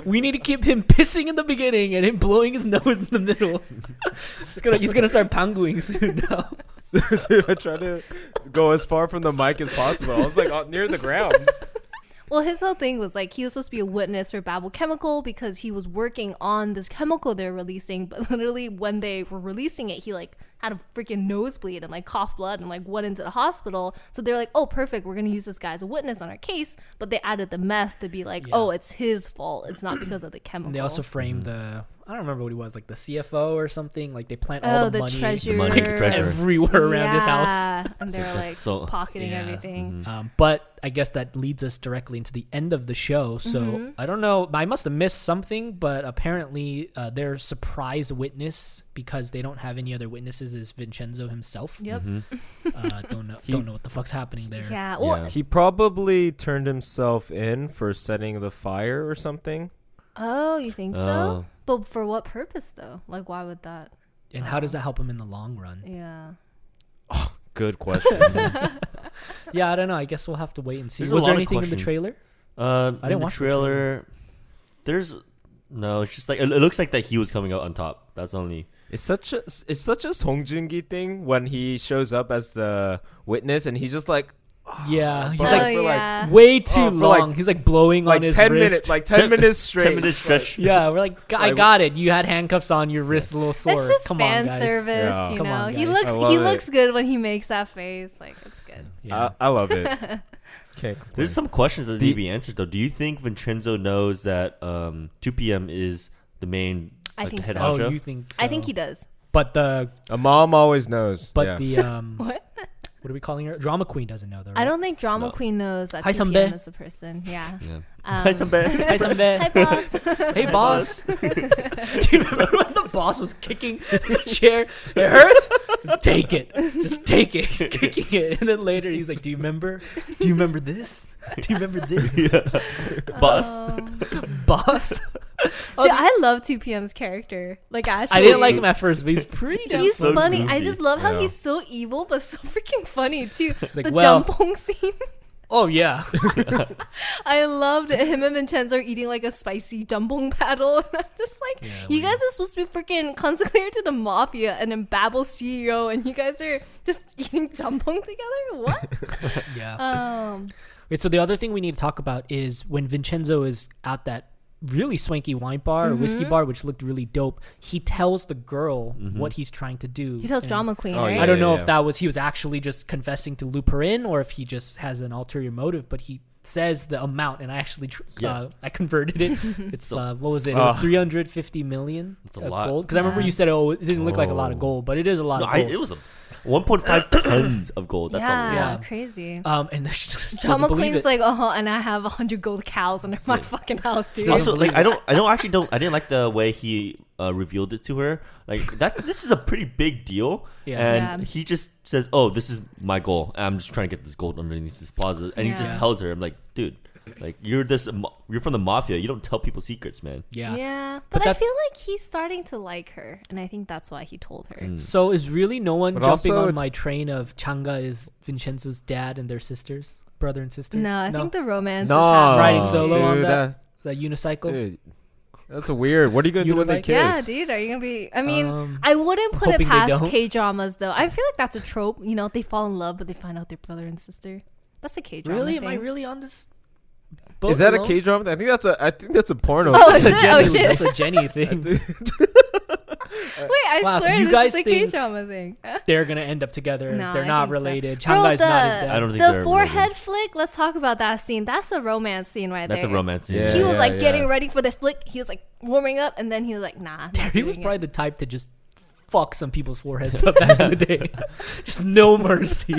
[SPEAKER 4] We need to keep him pissing in the beginning and him blowing his nose in the middle. It's gonna, he's gonna start panguing soon now.
[SPEAKER 3] Dude, I tried to go as far from the mic as possible. I was like uh, near the ground.
[SPEAKER 1] Well, his whole thing was like he was supposed to be a witness for Babel Chemical because he was working on this chemical they're releasing, but literally when they were releasing it, he like had a freaking nosebleed and like coughed blood and like went into the hospital. So they're like, "Oh, perfect, we're gonna use this guy as a witness on our case," but they added the meth to be like,
[SPEAKER 4] Yeah.
[SPEAKER 1] "Oh, it's his fault. It's not because of the chemical."
[SPEAKER 4] And they also frame the, I don't remember what he was, like the CFO or something. Like they plant
[SPEAKER 1] oh,
[SPEAKER 4] all
[SPEAKER 1] the,
[SPEAKER 4] money
[SPEAKER 1] treasure,
[SPEAKER 5] money, the treasure.
[SPEAKER 4] everywhere around his house.
[SPEAKER 1] Yeah, and they're like
[SPEAKER 5] that's so-
[SPEAKER 1] just pocketing
[SPEAKER 4] yeah.
[SPEAKER 1] everything.
[SPEAKER 4] Um, but I guess that leads us directly into the end of the show. So
[SPEAKER 1] Mm-hmm.
[SPEAKER 4] I don't know. I must have missed something, but apparently uh, their surprise witness, because they don't have any other witnesses, is Vincenzo himself.
[SPEAKER 1] Yep.
[SPEAKER 4] Uh, don't know. don't know what the fuck's happening there.
[SPEAKER 1] Yeah. Well,
[SPEAKER 5] Yeah.
[SPEAKER 3] He probably turned himself in for setting the fire or something.
[SPEAKER 1] oh, you think so?
[SPEAKER 5] Oh.
[SPEAKER 1] But for what purpose though? Like, why would that?
[SPEAKER 4] And how does that help him in the long run?
[SPEAKER 1] Yeah.
[SPEAKER 3] Good question.
[SPEAKER 4] Yeah, I don't know. I guess we'll have to wait and see.
[SPEAKER 5] There's a
[SPEAKER 4] Was
[SPEAKER 5] lot
[SPEAKER 4] there
[SPEAKER 5] of
[SPEAKER 4] anything in the
[SPEAKER 5] questions.
[SPEAKER 4] trailer?
[SPEAKER 5] Um,
[SPEAKER 4] I
[SPEAKER 5] in
[SPEAKER 4] didn't
[SPEAKER 5] the
[SPEAKER 4] watch the
[SPEAKER 5] trailer. There's no. It's just like it, it looks like that he was coming out on top. That's only.
[SPEAKER 3] it's such a it's such a Song Joong Ki thing when he shows up as the witness and he's just like
[SPEAKER 4] Yeah, he's
[SPEAKER 3] Ah, But-
[SPEAKER 4] like
[SPEAKER 1] oh
[SPEAKER 3] for, like,
[SPEAKER 1] yeah.
[SPEAKER 4] way too
[SPEAKER 3] Oh, for, like-
[SPEAKER 4] long. he's like blowing
[SPEAKER 3] like
[SPEAKER 4] on his
[SPEAKER 3] ten
[SPEAKER 4] wrist.
[SPEAKER 3] minutes like ten minutes straight.
[SPEAKER 5] Ten minute stretch.
[SPEAKER 4] yeah, we're like, "G- I
[SPEAKER 3] Like-
[SPEAKER 4] got it. You had handcuffs on your wrist, little sore.
[SPEAKER 1] That's just
[SPEAKER 4] Come
[SPEAKER 1] fan
[SPEAKER 4] on, guys.
[SPEAKER 1] service,
[SPEAKER 3] Yeah.
[SPEAKER 1] you
[SPEAKER 4] Come
[SPEAKER 1] know.
[SPEAKER 4] on,
[SPEAKER 1] he
[SPEAKER 4] guys.
[SPEAKER 1] looks
[SPEAKER 3] I
[SPEAKER 1] he
[SPEAKER 3] love
[SPEAKER 1] looks
[SPEAKER 3] it.
[SPEAKER 1] good when he makes that face. Like it's good.
[SPEAKER 4] Yeah.
[SPEAKER 3] I, I love it. Can't complain.
[SPEAKER 5] There's some questions that need
[SPEAKER 3] The-
[SPEAKER 5] to be answered though. Do you think Vincenzo knows that um, 2 p.m. is the main
[SPEAKER 1] I
[SPEAKER 5] like,
[SPEAKER 1] think
[SPEAKER 5] head
[SPEAKER 1] so.
[SPEAKER 4] oh,
[SPEAKER 5] honcho?
[SPEAKER 4] you think? So.
[SPEAKER 1] I think he does.
[SPEAKER 4] But the
[SPEAKER 3] a mom always knows.
[SPEAKER 4] but
[SPEAKER 3] yeah.
[SPEAKER 4] the um, what?
[SPEAKER 1] What?
[SPEAKER 4] are we calling her? Drama queen doesn't know though.
[SPEAKER 1] I don't think Drama
[SPEAKER 5] No.
[SPEAKER 1] Queen knows that
[SPEAKER 4] Hi,
[SPEAKER 1] 2
[SPEAKER 4] Sunbae.
[SPEAKER 1] PM is a person. Yeah.
[SPEAKER 5] yeah.
[SPEAKER 1] Um,
[SPEAKER 5] Hi, Sunbae.
[SPEAKER 4] Hi, Sunbae.
[SPEAKER 1] Hi, boss.
[SPEAKER 4] Hey, boss. Do you remember when the boss was kicking the chair? It hurts. Just take it. Just take it. He's kicking it, and then later he's like, "Do you remember? Do you remember this? Do you remember this,
[SPEAKER 5] yeah. Bus.
[SPEAKER 1] Um,
[SPEAKER 4] boss?" Oh,
[SPEAKER 1] dude,
[SPEAKER 4] th-
[SPEAKER 1] I love 2 PM's character. Like actually,
[SPEAKER 4] I didn't like him at first, but he's pretty. Down.
[SPEAKER 1] He's
[SPEAKER 5] so
[SPEAKER 1] funny. I
[SPEAKER 5] goofy.
[SPEAKER 1] just love how
[SPEAKER 3] Yeah.
[SPEAKER 1] he's so evil, but so freaking funny too.
[SPEAKER 4] like,
[SPEAKER 1] the
[SPEAKER 4] "Well."
[SPEAKER 1] jumpong scene,
[SPEAKER 4] oh yeah.
[SPEAKER 1] I loved it. him and Vincenzo are eating like a spicy jumpong paddle, and I'm just like, you guys are supposed to be freaking consecrated to the mafia and then Babel CEO, and you guys are just eating jumpong together. What?
[SPEAKER 4] Yeah.
[SPEAKER 1] um,
[SPEAKER 4] Wait, so the other thing we need to talk about is when Vincenzo is at that really swanky wine bar or whiskey
[SPEAKER 1] Mm-hmm.
[SPEAKER 4] bar, which looked really dope. He tells the girl what he's trying to do.
[SPEAKER 1] he tells
[SPEAKER 4] and-
[SPEAKER 1] drama queen,
[SPEAKER 3] Oh,
[SPEAKER 1] right?
[SPEAKER 3] yeah.
[SPEAKER 4] I don't know
[SPEAKER 3] yeah.
[SPEAKER 4] if that was he was actually just confessing to loop her in, or if he just has an ulterior motive. But he says the amount, and I actually tr-
[SPEAKER 5] Yeah.
[SPEAKER 4] uh, I converted it. It's uh, what was it? It
[SPEAKER 3] Ah.
[SPEAKER 4] was three hundred fifty million.
[SPEAKER 5] It's a lot.
[SPEAKER 4] Because I remember you said, oh, it didn't look like a lot of gold, but it is a lot
[SPEAKER 5] No,
[SPEAKER 4] of
[SPEAKER 5] I,
[SPEAKER 4] gold.
[SPEAKER 5] it was a 1.5 tons of gold. That's a lot.
[SPEAKER 1] yeah,
[SPEAKER 4] Yeah.
[SPEAKER 1] crazy.
[SPEAKER 4] um, and she doesn't
[SPEAKER 1] Drama
[SPEAKER 4] believe
[SPEAKER 1] queen's
[SPEAKER 4] it.
[SPEAKER 1] like, oh, and I have a hundred gold cows under my fucking house, dude.
[SPEAKER 4] doesn't
[SPEAKER 5] Also, like I don't, I don't actually don't. I didn't like the way he uh, revealed it to her. Like that, this is a pretty big deal.
[SPEAKER 4] Yeah.
[SPEAKER 5] And
[SPEAKER 1] Yeah.
[SPEAKER 5] he just says, "Oh, this is my goal. and I'm just trying to get this gold underneath this plaza." And he
[SPEAKER 1] Yeah.
[SPEAKER 5] just tells her, "I'm like, dude, like you're this, mo- you're from the mafia. You don't tell people secrets, man."
[SPEAKER 4] yeah.
[SPEAKER 1] Yeah,
[SPEAKER 4] But
[SPEAKER 1] but, I
[SPEAKER 4] that's-
[SPEAKER 1] feel like he's starting to like her, and I think that's why he told her.
[SPEAKER 4] So is really no one
[SPEAKER 3] But
[SPEAKER 4] jumping
[SPEAKER 3] also
[SPEAKER 4] on
[SPEAKER 3] it's-
[SPEAKER 4] my train of Changa is Vincenzo's dad and their sisters, brother and sister?
[SPEAKER 1] No, I think the romance
[SPEAKER 3] no
[SPEAKER 1] is happening.
[SPEAKER 4] Riding solo on
[SPEAKER 3] dude,
[SPEAKER 4] that? Is that unicycle?
[SPEAKER 3] Dude, That's weird. What are you gonna
[SPEAKER 4] You
[SPEAKER 3] do when
[SPEAKER 4] would
[SPEAKER 3] they
[SPEAKER 4] like-
[SPEAKER 3] kiss?
[SPEAKER 1] Yeah, dude, are you gonna be? I mean,
[SPEAKER 4] Um,
[SPEAKER 1] I wouldn't put it
[SPEAKER 4] hoping they
[SPEAKER 1] past
[SPEAKER 4] don't.
[SPEAKER 1] K dramas though. I feel like that's a trope. You know, they fall in love, but they find out they're brother and sister. That's a K drama.
[SPEAKER 4] Really? Am
[SPEAKER 1] thing.
[SPEAKER 4] I really on this? Boat
[SPEAKER 3] Is that a
[SPEAKER 4] alone?
[SPEAKER 3] K drama? I think that's a. I think that's a porno.
[SPEAKER 1] Oh, is
[SPEAKER 4] That's a
[SPEAKER 1] it? Oh
[SPEAKER 4] Jenny,
[SPEAKER 1] shit!
[SPEAKER 4] that's a Jenny thing.
[SPEAKER 1] Wait, I
[SPEAKER 4] Wow, so
[SPEAKER 1] swear
[SPEAKER 4] you
[SPEAKER 1] this
[SPEAKER 4] guys
[SPEAKER 1] is a K
[SPEAKER 4] think-
[SPEAKER 1] drama thing.
[SPEAKER 4] They're gonna end up together.
[SPEAKER 1] No,
[SPEAKER 4] They're
[SPEAKER 1] I
[SPEAKER 4] not
[SPEAKER 1] think so.
[SPEAKER 4] related.
[SPEAKER 1] Bro,
[SPEAKER 4] Changai's not his
[SPEAKER 1] the-
[SPEAKER 4] dad.
[SPEAKER 5] I don't think
[SPEAKER 1] the
[SPEAKER 5] they're
[SPEAKER 1] forehead flick. Let's talk about that scene. That's a romance scene right
[SPEAKER 5] That's
[SPEAKER 1] there.
[SPEAKER 5] a romance scene.
[SPEAKER 3] Yeah.
[SPEAKER 1] He was like
[SPEAKER 3] yeah.
[SPEAKER 1] getting ready for the flick. He was like warming up, and then he was like, "Nah." I'm not
[SPEAKER 4] He was
[SPEAKER 1] doing it.
[SPEAKER 4] probably the type to just fuck some people's foreheads up back in the day. just no mercy.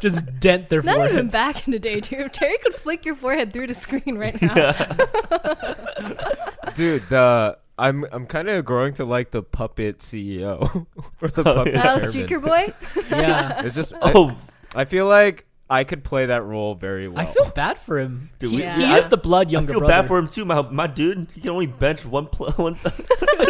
[SPEAKER 4] just dent their
[SPEAKER 1] Not
[SPEAKER 4] forehead.
[SPEAKER 1] even back in the day, dude. If Terry could flick your forehead through the screen right now.
[SPEAKER 3] dude. The I'm I'm kind of growing to like the puppet CEO or the puppet
[SPEAKER 1] Oh,
[SPEAKER 3] chairman.
[SPEAKER 1] Streaker Boy?
[SPEAKER 4] yeah.
[SPEAKER 3] It's just I,
[SPEAKER 5] Oh,
[SPEAKER 3] I feel like I could play that role very well.
[SPEAKER 4] I feel bad for him.
[SPEAKER 5] Dude,
[SPEAKER 4] he,
[SPEAKER 5] we-
[SPEAKER 4] he
[SPEAKER 1] Yeah.
[SPEAKER 4] is the blood
[SPEAKER 5] I
[SPEAKER 4] younger
[SPEAKER 5] feel
[SPEAKER 4] brother.
[SPEAKER 5] bad for him too. My my dude, he can only bench one pl- one th-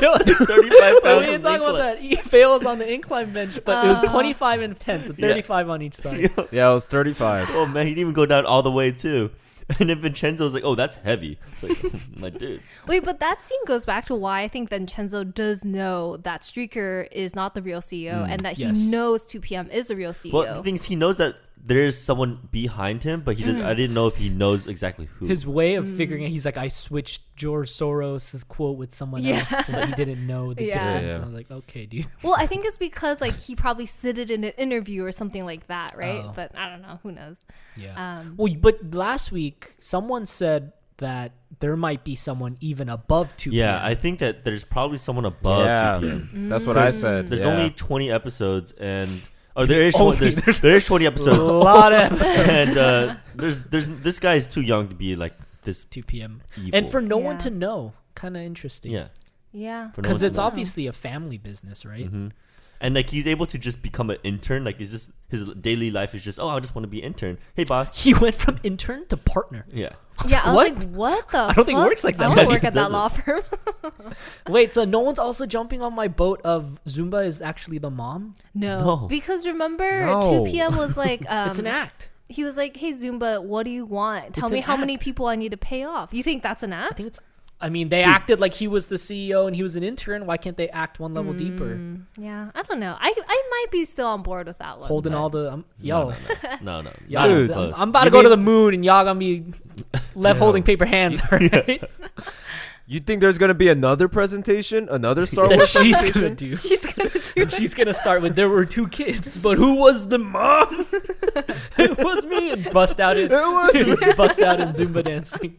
[SPEAKER 4] No,
[SPEAKER 5] thirty-five
[SPEAKER 4] we
[SPEAKER 5] pounds.
[SPEAKER 4] didn't
[SPEAKER 5] of
[SPEAKER 4] talk about
[SPEAKER 5] incline.
[SPEAKER 4] that. He fails on the incline bench, but it was
[SPEAKER 1] Oh.
[SPEAKER 4] 25 and 10, so
[SPEAKER 5] Yeah.
[SPEAKER 4] 35 on each side.
[SPEAKER 3] yeah, I was 35.
[SPEAKER 5] Oh man, he didn't even go down all the way too. And then Vincenzo's like, "Oh, that's heavy." It's Like, my dude.
[SPEAKER 1] Wait, but that scene goes back to why I think Vincenzo does know that Streaker is not the real CEO and that
[SPEAKER 4] Mm, yes.
[SPEAKER 1] he knows 2PM is the real E CEO.
[SPEAKER 5] Well, the thing is, he knows that there is someone behind him, but he didn't, I didn't know if he knows exactly who.
[SPEAKER 4] His way
[SPEAKER 1] Mm.
[SPEAKER 4] of figuring it, he's like, I switched George Soros' quote with someone
[SPEAKER 1] Yeah.
[SPEAKER 4] else, and he didn't know the
[SPEAKER 1] Yeah. Yeah,
[SPEAKER 4] difference.
[SPEAKER 3] yeah.
[SPEAKER 4] And I was like, okay, dude.
[SPEAKER 1] well, I think it's because like he probably sitted in an interview or something like that, right?
[SPEAKER 4] Oh.
[SPEAKER 1] But I don't know. Who knows?
[SPEAKER 4] Yeah.
[SPEAKER 1] Um,
[SPEAKER 4] well, but last week, someone said that there might be someone even above 2
[SPEAKER 5] yeah,
[SPEAKER 4] PM.
[SPEAKER 5] I think that there's probably someone above.
[SPEAKER 3] yeah,
[SPEAKER 5] 2PM.
[SPEAKER 3] that's what I
[SPEAKER 1] Mm.
[SPEAKER 3] said.
[SPEAKER 5] There's
[SPEAKER 3] yeah.
[SPEAKER 5] only 20 episodes, and or there is
[SPEAKER 4] Only-
[SPEAKER 5] 20, there's, there is 20
[SPEAKER 4] a
[SPEAKER 5] episodes,
[SPEAKER 4] lot of
[SPEAKER 5] and uh, there's there's this guy is too young to be like this.
[SPEAKER 4] 2 p.m.
[SPEAKER 5] Evil.
[SPEAKER 4] And for no one
[SPEAKER 1] Yeah.
[SPEAKER 4] to know, kind of interesting.
[SPEAKER 5] Yeah,
[SPEAKER 1] Yeah.
[SPEAKER 5] for no one
[SPEAKER 4] Because
[SPEAKER 5] to
[SPEAKER 4] it's
[SPEAKER 5] know. Mm-hmm.
[SPEAKER 4] obviously a family business, right?
[SPEAKER 5] and like he's able to just become an intern. Like, is this his daily life? Is just oh, I just want to be intern. Hey, boss.
[SPEAKER 4] He went from intern to partner.
[SPEAKER 5] Yeah,
[SPEAKER 1] Yeah, I was
[SPEAKER 4] What?
[SPEAKER 1] like, what the
[SPEAKER 4] I don't think it
[SPEAKER 1] fuck?
[SPEAKER 4] works like
[SPEAKER 1] I
[SPEAKER 4] that.
[SPEAKER 1] want to
[SPEAKER 5] Yeah,
[SPEAKER 1] work
[SPEAKER 5] it
[SPEAKER 1] at that law firm.
[SPEAKER 4] Wait, so no one's also jumping on my boat of Zumba is actually the mom?
[SPEAKER 1] no.
[SPEAKER 5] No.
[SPEAKER 1] Because remember,
[SPEAKER 3] No.
[SPEAKER 1] 2PM was like, um,
[SPEAKER 4] It's an act.
[SPEAKER 1] he was like, hey, Zumba, what do you want? Tell
[SPEAKER 4] It's
[SPEAKER 1] me
[SPEAKER 4] an
[SPEAKER 1] how many
[SPEAKER 4] act.
[SPEAKER 1] people I need to pay off. You think that's an
[SPEAKER 4] I
[SPEAKER 1] act?
[SPEAKER 4] think it's. I mean, they acted like he was the CEO and he was an intern. Why can't they act one level deeper,
[SPEAKER 1] Yeah, I don't know. I I might be still on board with that one.
[SPEAKER 4] holding
[SPEAKER 1] but-
[SPEAKER 4] all the um, yo,
[SPEAKER 5] no, no,
[SPEAKER 4] y'all-
[SPEAKER 3] Dude.
[SPEAKER 4] I'm,
[SPEAKER 5] close.
[SPEAKER 4] I'm about to
[SPEAKER 3] You
[SPEAKER 4] go to the
[SPEAKER 3] mean-
[SPEAKER 4] moon and y'all gonna be left holding paper hands, right?
[SPEAKER 3] You think there's gonna be another presentation, another Star
[SPEAKER 4] that
[SPEAKER 3] Wars?
[SPEAKER 4] she's gonna do.
[SPEAKER 1] She's gonna do it.
[SPEAKER 4] She's gonna start with there were two kids, but who was the mom? it was me, and bust out in bust out in Zumba dancing.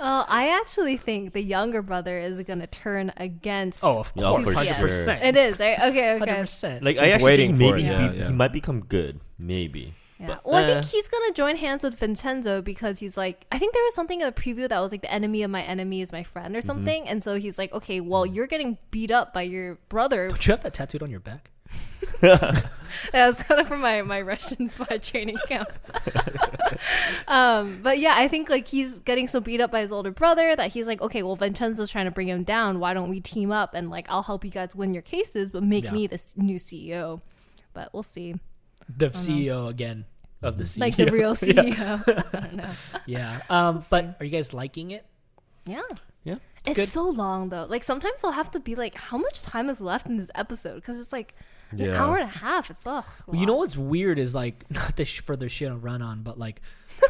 [SPEAKER 1] Oh, I actually think the younger brother is gonna turn against.
[SPEAKER 4] Oh, of
[SPEAKER 5] Yeah,
[SPEAKER 4] course,
[SPEAKER 5] for
[SPEAKER 4] hundred percent,
[SPEAKER 1] it is right. Okay,
[SPEAKER 4] hundred
[SPEAKER 1] okay.
[SPEAKER 4] percent.
[SPEAKER 5] Like I
[SPEAKER 3] Just
[SPEAKER 5] actually
[SPEAKER 3] waiting
[SPEAKER 5] think
[SPEAKER 3] for
[SPEAKER 5] maybe
[SPEAKER 3] it,
[SPEAKER 5] he,
[SPEAKER 3] yeah, yeah.
[SPEAKER 5] he might become good, maybe.
[SPEAKER 1] Yeah.
[SPEAKER 5] But,
[SPEAKER 1] Well, I
[SPEAKER 5] eh.
[SPEAKER 1] think he's gonna join hands with Vincenzo because he's like, I think there was something in the preview that was like, the enemy of my enemy is my friend or something, and so he's like, okay, well, you're getting beat up by your brother.
[SPEAKER 4] Don't you have that tattooed on your back?
[SPEAKER 1] That's kind of from my, my Russian spy training camp. um, but yeah, I think like he's getting so beat up by his older brother that he's like, okay, well, Vincenzo's trying to bring him down. Why don't we team up and like I'll help you guys win your cases, but make
[SPEAKER 4] Yeah.
[SPEAKER 1] me the s- new CEO. But we'll see.
[SPEAKER 4] The CEO again of the CEO,
[SPEAKER 1] Like the real E CEO. I don't know.
[SPEAKER 4] yeah. Um, but are you guys liking it?
[SPEAKER 1] Yeah.
[SPEAKER 5] Yeah.
[SPEAKER 1] It's
[SPEAKER 4] good.
[SPEAKER 1] so long though. Like sometimes I'll have to be like, how much time is left in this episode? Because it's like an
[SPEAKER 3] Yeah.
[SPEAKER 1] hour and a half. It's, ugh, it's a
[SPEAKER 4] Well, you know
[SPEAKER 1] lot.
[SPEAKER 4] what's weird is like not to sh- further shit on Run On, but like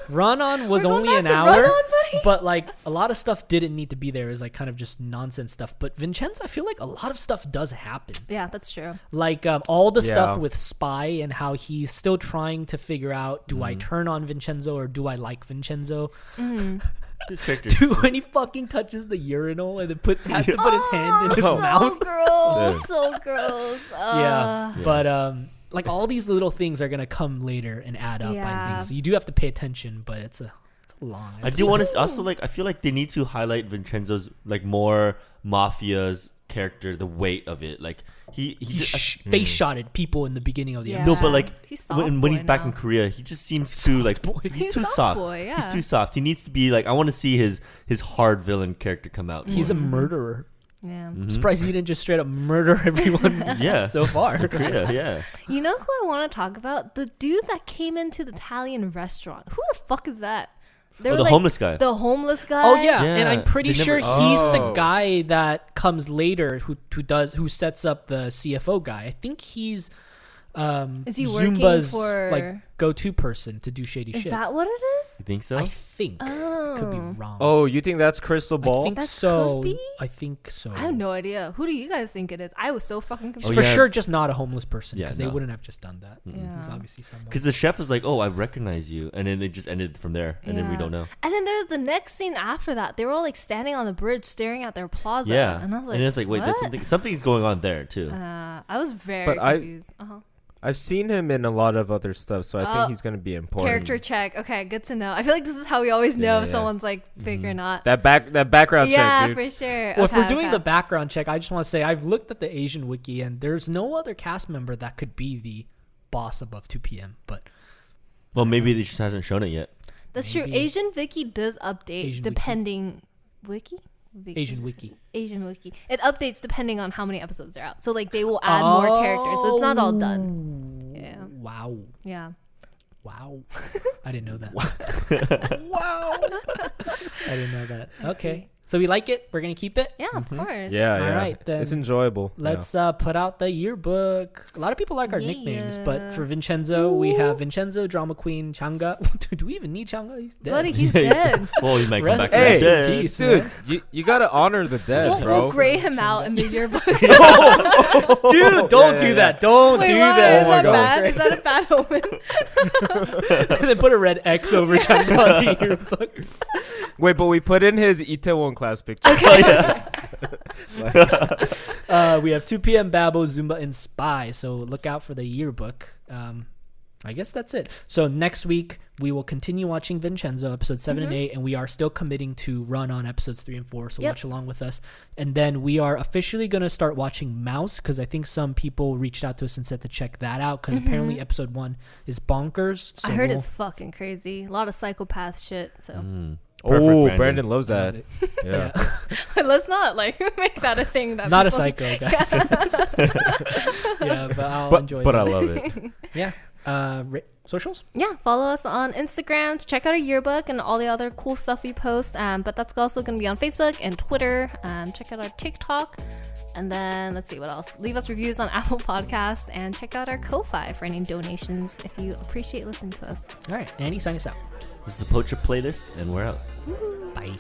[SPEAKER 4] Run On was
[SPEAKER 1] We're
[SPEAKER 4] only
[SPEAKER 1] going back
[SPEAKER 4] an
[SPEAKER 1] to
[SPEAKER 4] hour,
[SPEAKER 1] Run On, buddy?
[SPEAKER 4] but like a lot of stuff didn't need to be there. It was like kind of just nonsense stuff. But Vincenzo, I feel like a lot of stuff does happen.
[SPEAKER 1] Yeah, that's true.
[SPEAKER 4] Like um, all the
[SPEAKER 3] Yeah.
[SPEAKER 4] stuff with Spy and how he's still trying to figure out: Do
[SPEAKER 3] Mm-hmm.
[SPEAKER 4] I turn on Vincenzo or do I like Vincenzo?
[SPEAKER 5] His character.
[SPEAKER 4] Dude, when he fucking touches the urinal and then put has to put his hand in his
[SPEAKER 3] Oh.
[SPEAKER 4] mouth.
[SPEAKER 1] gross. so gross.
[SPEAKER 4] yeah.
[SPEAKER 1] Uh,
[SPEAKER 4] But um like all these little things are gonna come later and add up, I
[SPEAKER 1] Yeah.
[SPEAKER 4] think. So you do have to pay attention, but it's a it's a long
[SPEAKER 5] I do want to also like. I feel like they need to highlight Vincenzo's like more mafia's character, the weight of it. Like he he.
[SPEAKER 4] he
[SPEAKER 5] ju- I-
[SPEAKER 4] sh- face shotted people in the beginning of the
[SPEAKER 1] Yeah.
[SPEAKER 4] episode.
[SPEAKER 5] no, but like
[SPEAKER 1] He's soft
[SPEAKER 5] when, when he's
[SPEAKER 1] boy
[SPEAKER 5] back
[SPEAKER 1] now.
[SPEAKER 5] in Korea, he just seems too like he's,
[SPEAKER 1] He's
[SPEAKER 5] too
[SPEAKER 1] soft
[SPEAKER 5] soft.
[SPEAKER 1] boy, yeah.
[SPEAKER 5] He's too soft. He needs to be like I want to see his his hard villain character come out.
[SPEAKER 1] Mm-hmm.
[SPEAKER 4] He's a
[SPEAKER 5] more.
[SPEAKER 4] murderer.
[SPEAKER 1] Yeah.
[SPEAKER 5] Hmm? Mm-hmm.
[SPEAKER 4] I'm surprised he didn't just straight up murder everyone
[SPEAKER 5] yeah.
[SPEAKER 4] so far.
[SPEAKER 1] Uh,
[SPEAKER 5] Korea, yeah.
[SPEAKER 1] You know who I want to talk about? The dude that came into the Italian restaurant. Who the fuck is that? They
[SPEAKER 5] Oh,
[SPEAKER 1] were
[SPEAKER 5] the
[SPEAKER 1] like,
[SPEAKER 5] homeless guy.
[SPEAKER 1] The homeless guy.
[SPEAKER 4] Oh yeah.
[SPEAKER 5] Yeah,
[SPEAKER 4] and I'm pretty
[SPEAKER 5] they
[SPEAKER 4] sure
[SPEAKER 5] never-
[SPEAKER 4] he's the
[SPEAKER 3] Oh.
[SPEAKER 4] guy that comes later who who does who sets up the CFO guy. I think he's um
[SPEAKER 1] Is he working
[SPEAKER 4] Zumba's
[SPEAKER 1] for-
[SPEAKER 4] like go-to person to do shady
[SPEAKER 1] Is
[SPEAKER 4] shit.
[SPEAKER 1] that what it is?
[SPEAKER 5] You think so?
[SPEAKER 4] I think could be wrong.
[SPEAKER 3] Oh, you think that's Crystal
[SPEAKER 4] I
[SPEAKER 3] Ball?
[SPEAKER 4] think
[SPEAKER 1] That
[SPEAKER 4] so.
[SPEAKER 1] could be?
[SPEAKER 4] I think so.
[SPEAKER 1] I have no idea. Who do you guys think it is? I was so fucking
[SPEAKER 4] He's
[SPEAKER 1] confused.
[SPEAKER 5] Mm-hmm. Oh,
[SPEAKER 4] for
[SPEAKER 5] yeah.
[SPEAKER 4] sure just not a homeless person
[SPEAKER 5] Yeah,
[SPEAKER 4] because they
[SPEAKER 5] no.
[SPEAKER 4] wouldn't have just done that. He's
[SPEAKER 1] Yeah.
[SPEAKER 4] obviously someone.
[SPEAKER 5] Because the chef was like, "Oh, I recognize you," and then they just ended from there, and then we
[SPEAKER 1] Yeah.
[SPEAKER 5] don't know.
[SPEAKER 1] And then there's the next scene after that. They were all like standing on the bridge, staring at their plaza.
[SPEAKER 5] Yeah,
[SPEAKER 1] and I was like,
[SPEAKER 5] it's like, wait,
[SPEAKER 1] what?
[SPEAKER 5] that's something. Something's going on there too.
[SPEAKER 1] Uh, I was very
[SPEAKER 3] But I-
[SPEAKER 1] confused. uh-huh.
[SPEAKER 3] I've seen him in a lot of other stuff, so I
[SPEAKER 1] Oh.
[SPEAKER 3] think he's gonna be important.
[SPEAKER 1] Character check. Okay, good to know. I feel like this is how we always know
[SPEAKER 3] Yeah,
[SPEAKER 1] if
[SPEAKER 3] yeah.
[SPEAKER 1] someone's like big
[SPEAKER 5] Mm-hmm.
[SPEAKER 1] or not.
[SPEAKER 3] That back that background
[SPEAKER 1] yeah,
[SPEAKER 3] check, dude.
[SPEAKER 1] for sure.
[SPEAKER 4] well, if
[SPEAKER 1] Okay,
[SPEAKER 4] we're doing
[SPEAKER 1] okay.
[SPEAKER 4] the background check, I just want to say I've looked at the Asian wiki and there's no other cast member that could be the boss above 2 p.m. But
[SPEAKER 5] Well, maybe
[SPEAKER 1] uh-huh.
[SPEAKER 5] they just hasn't shown it yet.
[SPEAKER 1] That's true. Asian Vicky does update
[SPEAKER 4] Asian Wiki.
[SPEAKER 1] depending wiki. Wiki?
[SPEAKER 4] Asian wiki.
[SPEAKER 1] Asian Wiki. It updates depending on how many episodes are out. So like they will add
[SPEAKER 4] Oh.
[SPEAKER 1] more characters. So it's not all done. Yeah.
[SPEAKER 4] Wow.
[SPEAKER 1] Yeah.
[SPEAKER 4] Wow. I didn't know that. wow. I didn't know that. okay. So we like it. We're going to keep it.
[SPEAKER 1] Yeah, of course.
[SPEAKER 3] Yeah, yeah.
[SPEAKER 4] Alright, then.
[SPEAKER 3] It's enjoyable. Yeah.
[SPEAKER 4] Let's uh, put out the yearbook. A lot of people like our nicknames,
[SPEAKER 1] Yeah.
[SPEAKER 4] but for Vincenzo, we have Vincenzo, Drama Queen, Changa. do, do we even need Changa? He's dead.
[SPEAKER 1] Buddy, he's dead.
[SPEAKER 5] Well, you might come
[SPEAKER 4] Rest-
[SPEAKER 5] back.
[SPEAKER 3] Hey,
[SPEAKER 5] Hey,
[SPEAKER 4] in
[SPEAKER 5] day.
[SPEAKER 4] peace.
[SPEAKER 3] dude, you, you gotta honor the dead,
[SPEAKER 1] we'll,
[SPEAKER 3] bro.
[SPEAKER 1] we'll gray him out in the yearbook. Wait,
[SPEAKER 4] Dude, don't
[SPEAKER 3] yeah,
[SPEAKER 4] do
[SPEAKER 3] yeah.
[SPEAKER 4] that. Don't
[SPEAKER 1] why?
[SPEAKER 4] do
[SPEAKER 1] Is
[SPEAKER 4] that. Oh
[SPEAKER 1] that bad? Is that a bad omen?
[SPEAKER 4] they put a red X over Changa on the yearbook.
[SPEAKER 3] Wait, but we put in his Itaewon class picture.
[SPEAKER 4] Uh, we have 2 p.m. Babbo, Zumba, and Spy. So look out for the yearbook. Um, I guess that's it. So next week we will continue watching Vincenzo episode 7 and eight, and we are still committing to run on episodes three and four. So
[SPEAKER 1] Mm-hmm. Yep.
[SPEAKER 4] watch along with us, and then we are officially going to start watching Mouse because I think some people reached out to us and said to check that out because apparently episode one is bonkers. So
[SPEAKER 1] Mm-hmm.
[SPEAKER 4] Mm.
[SPEAKER 1] I heard
[SPEAKER 4] we'll-
[SPEAKER 1] it's fucking crazy. A lot of psychopath shit. So
[SPEAKER 5] Perfect,
[SPEAKER 3] oh,
[SPEAKER 5] Brandon.
[SPEAKER 3] Brandon. loves that. Yeah.
[SPEAKER 1] let's not like make that a thing. That
[SPEAKER 4] not a
[SPEAKER 1] people-
[SPEAKER 4] psycho, guys. yeah, but I'll
[SPEAKER 3] But,
[SPEAKER 4] enjoy.
[SPEAKER 3] but
[SPEAKER 4] that.
[SPEAKER 3] I love it.
[SPEAKER 4] yeah. Uh, ra- socials.
[SPEAKER 1] Yeah, follow us on Instagram to check out our yearbook and all the other cool stuff we post. Um, but that's also going to be on Facebook and Twitter. Um, check out our TikTok. And then let's see what else. Leave us reviews on Apple Podcasts and check out our Ko-fi for any donations if you appreciate listening to us.
[SPEAKER 4] All right, Andy, sign us out.
[SPEAKER 5] This is the Poacher playlist, and we're out.
[SPEAKER 4] Bye.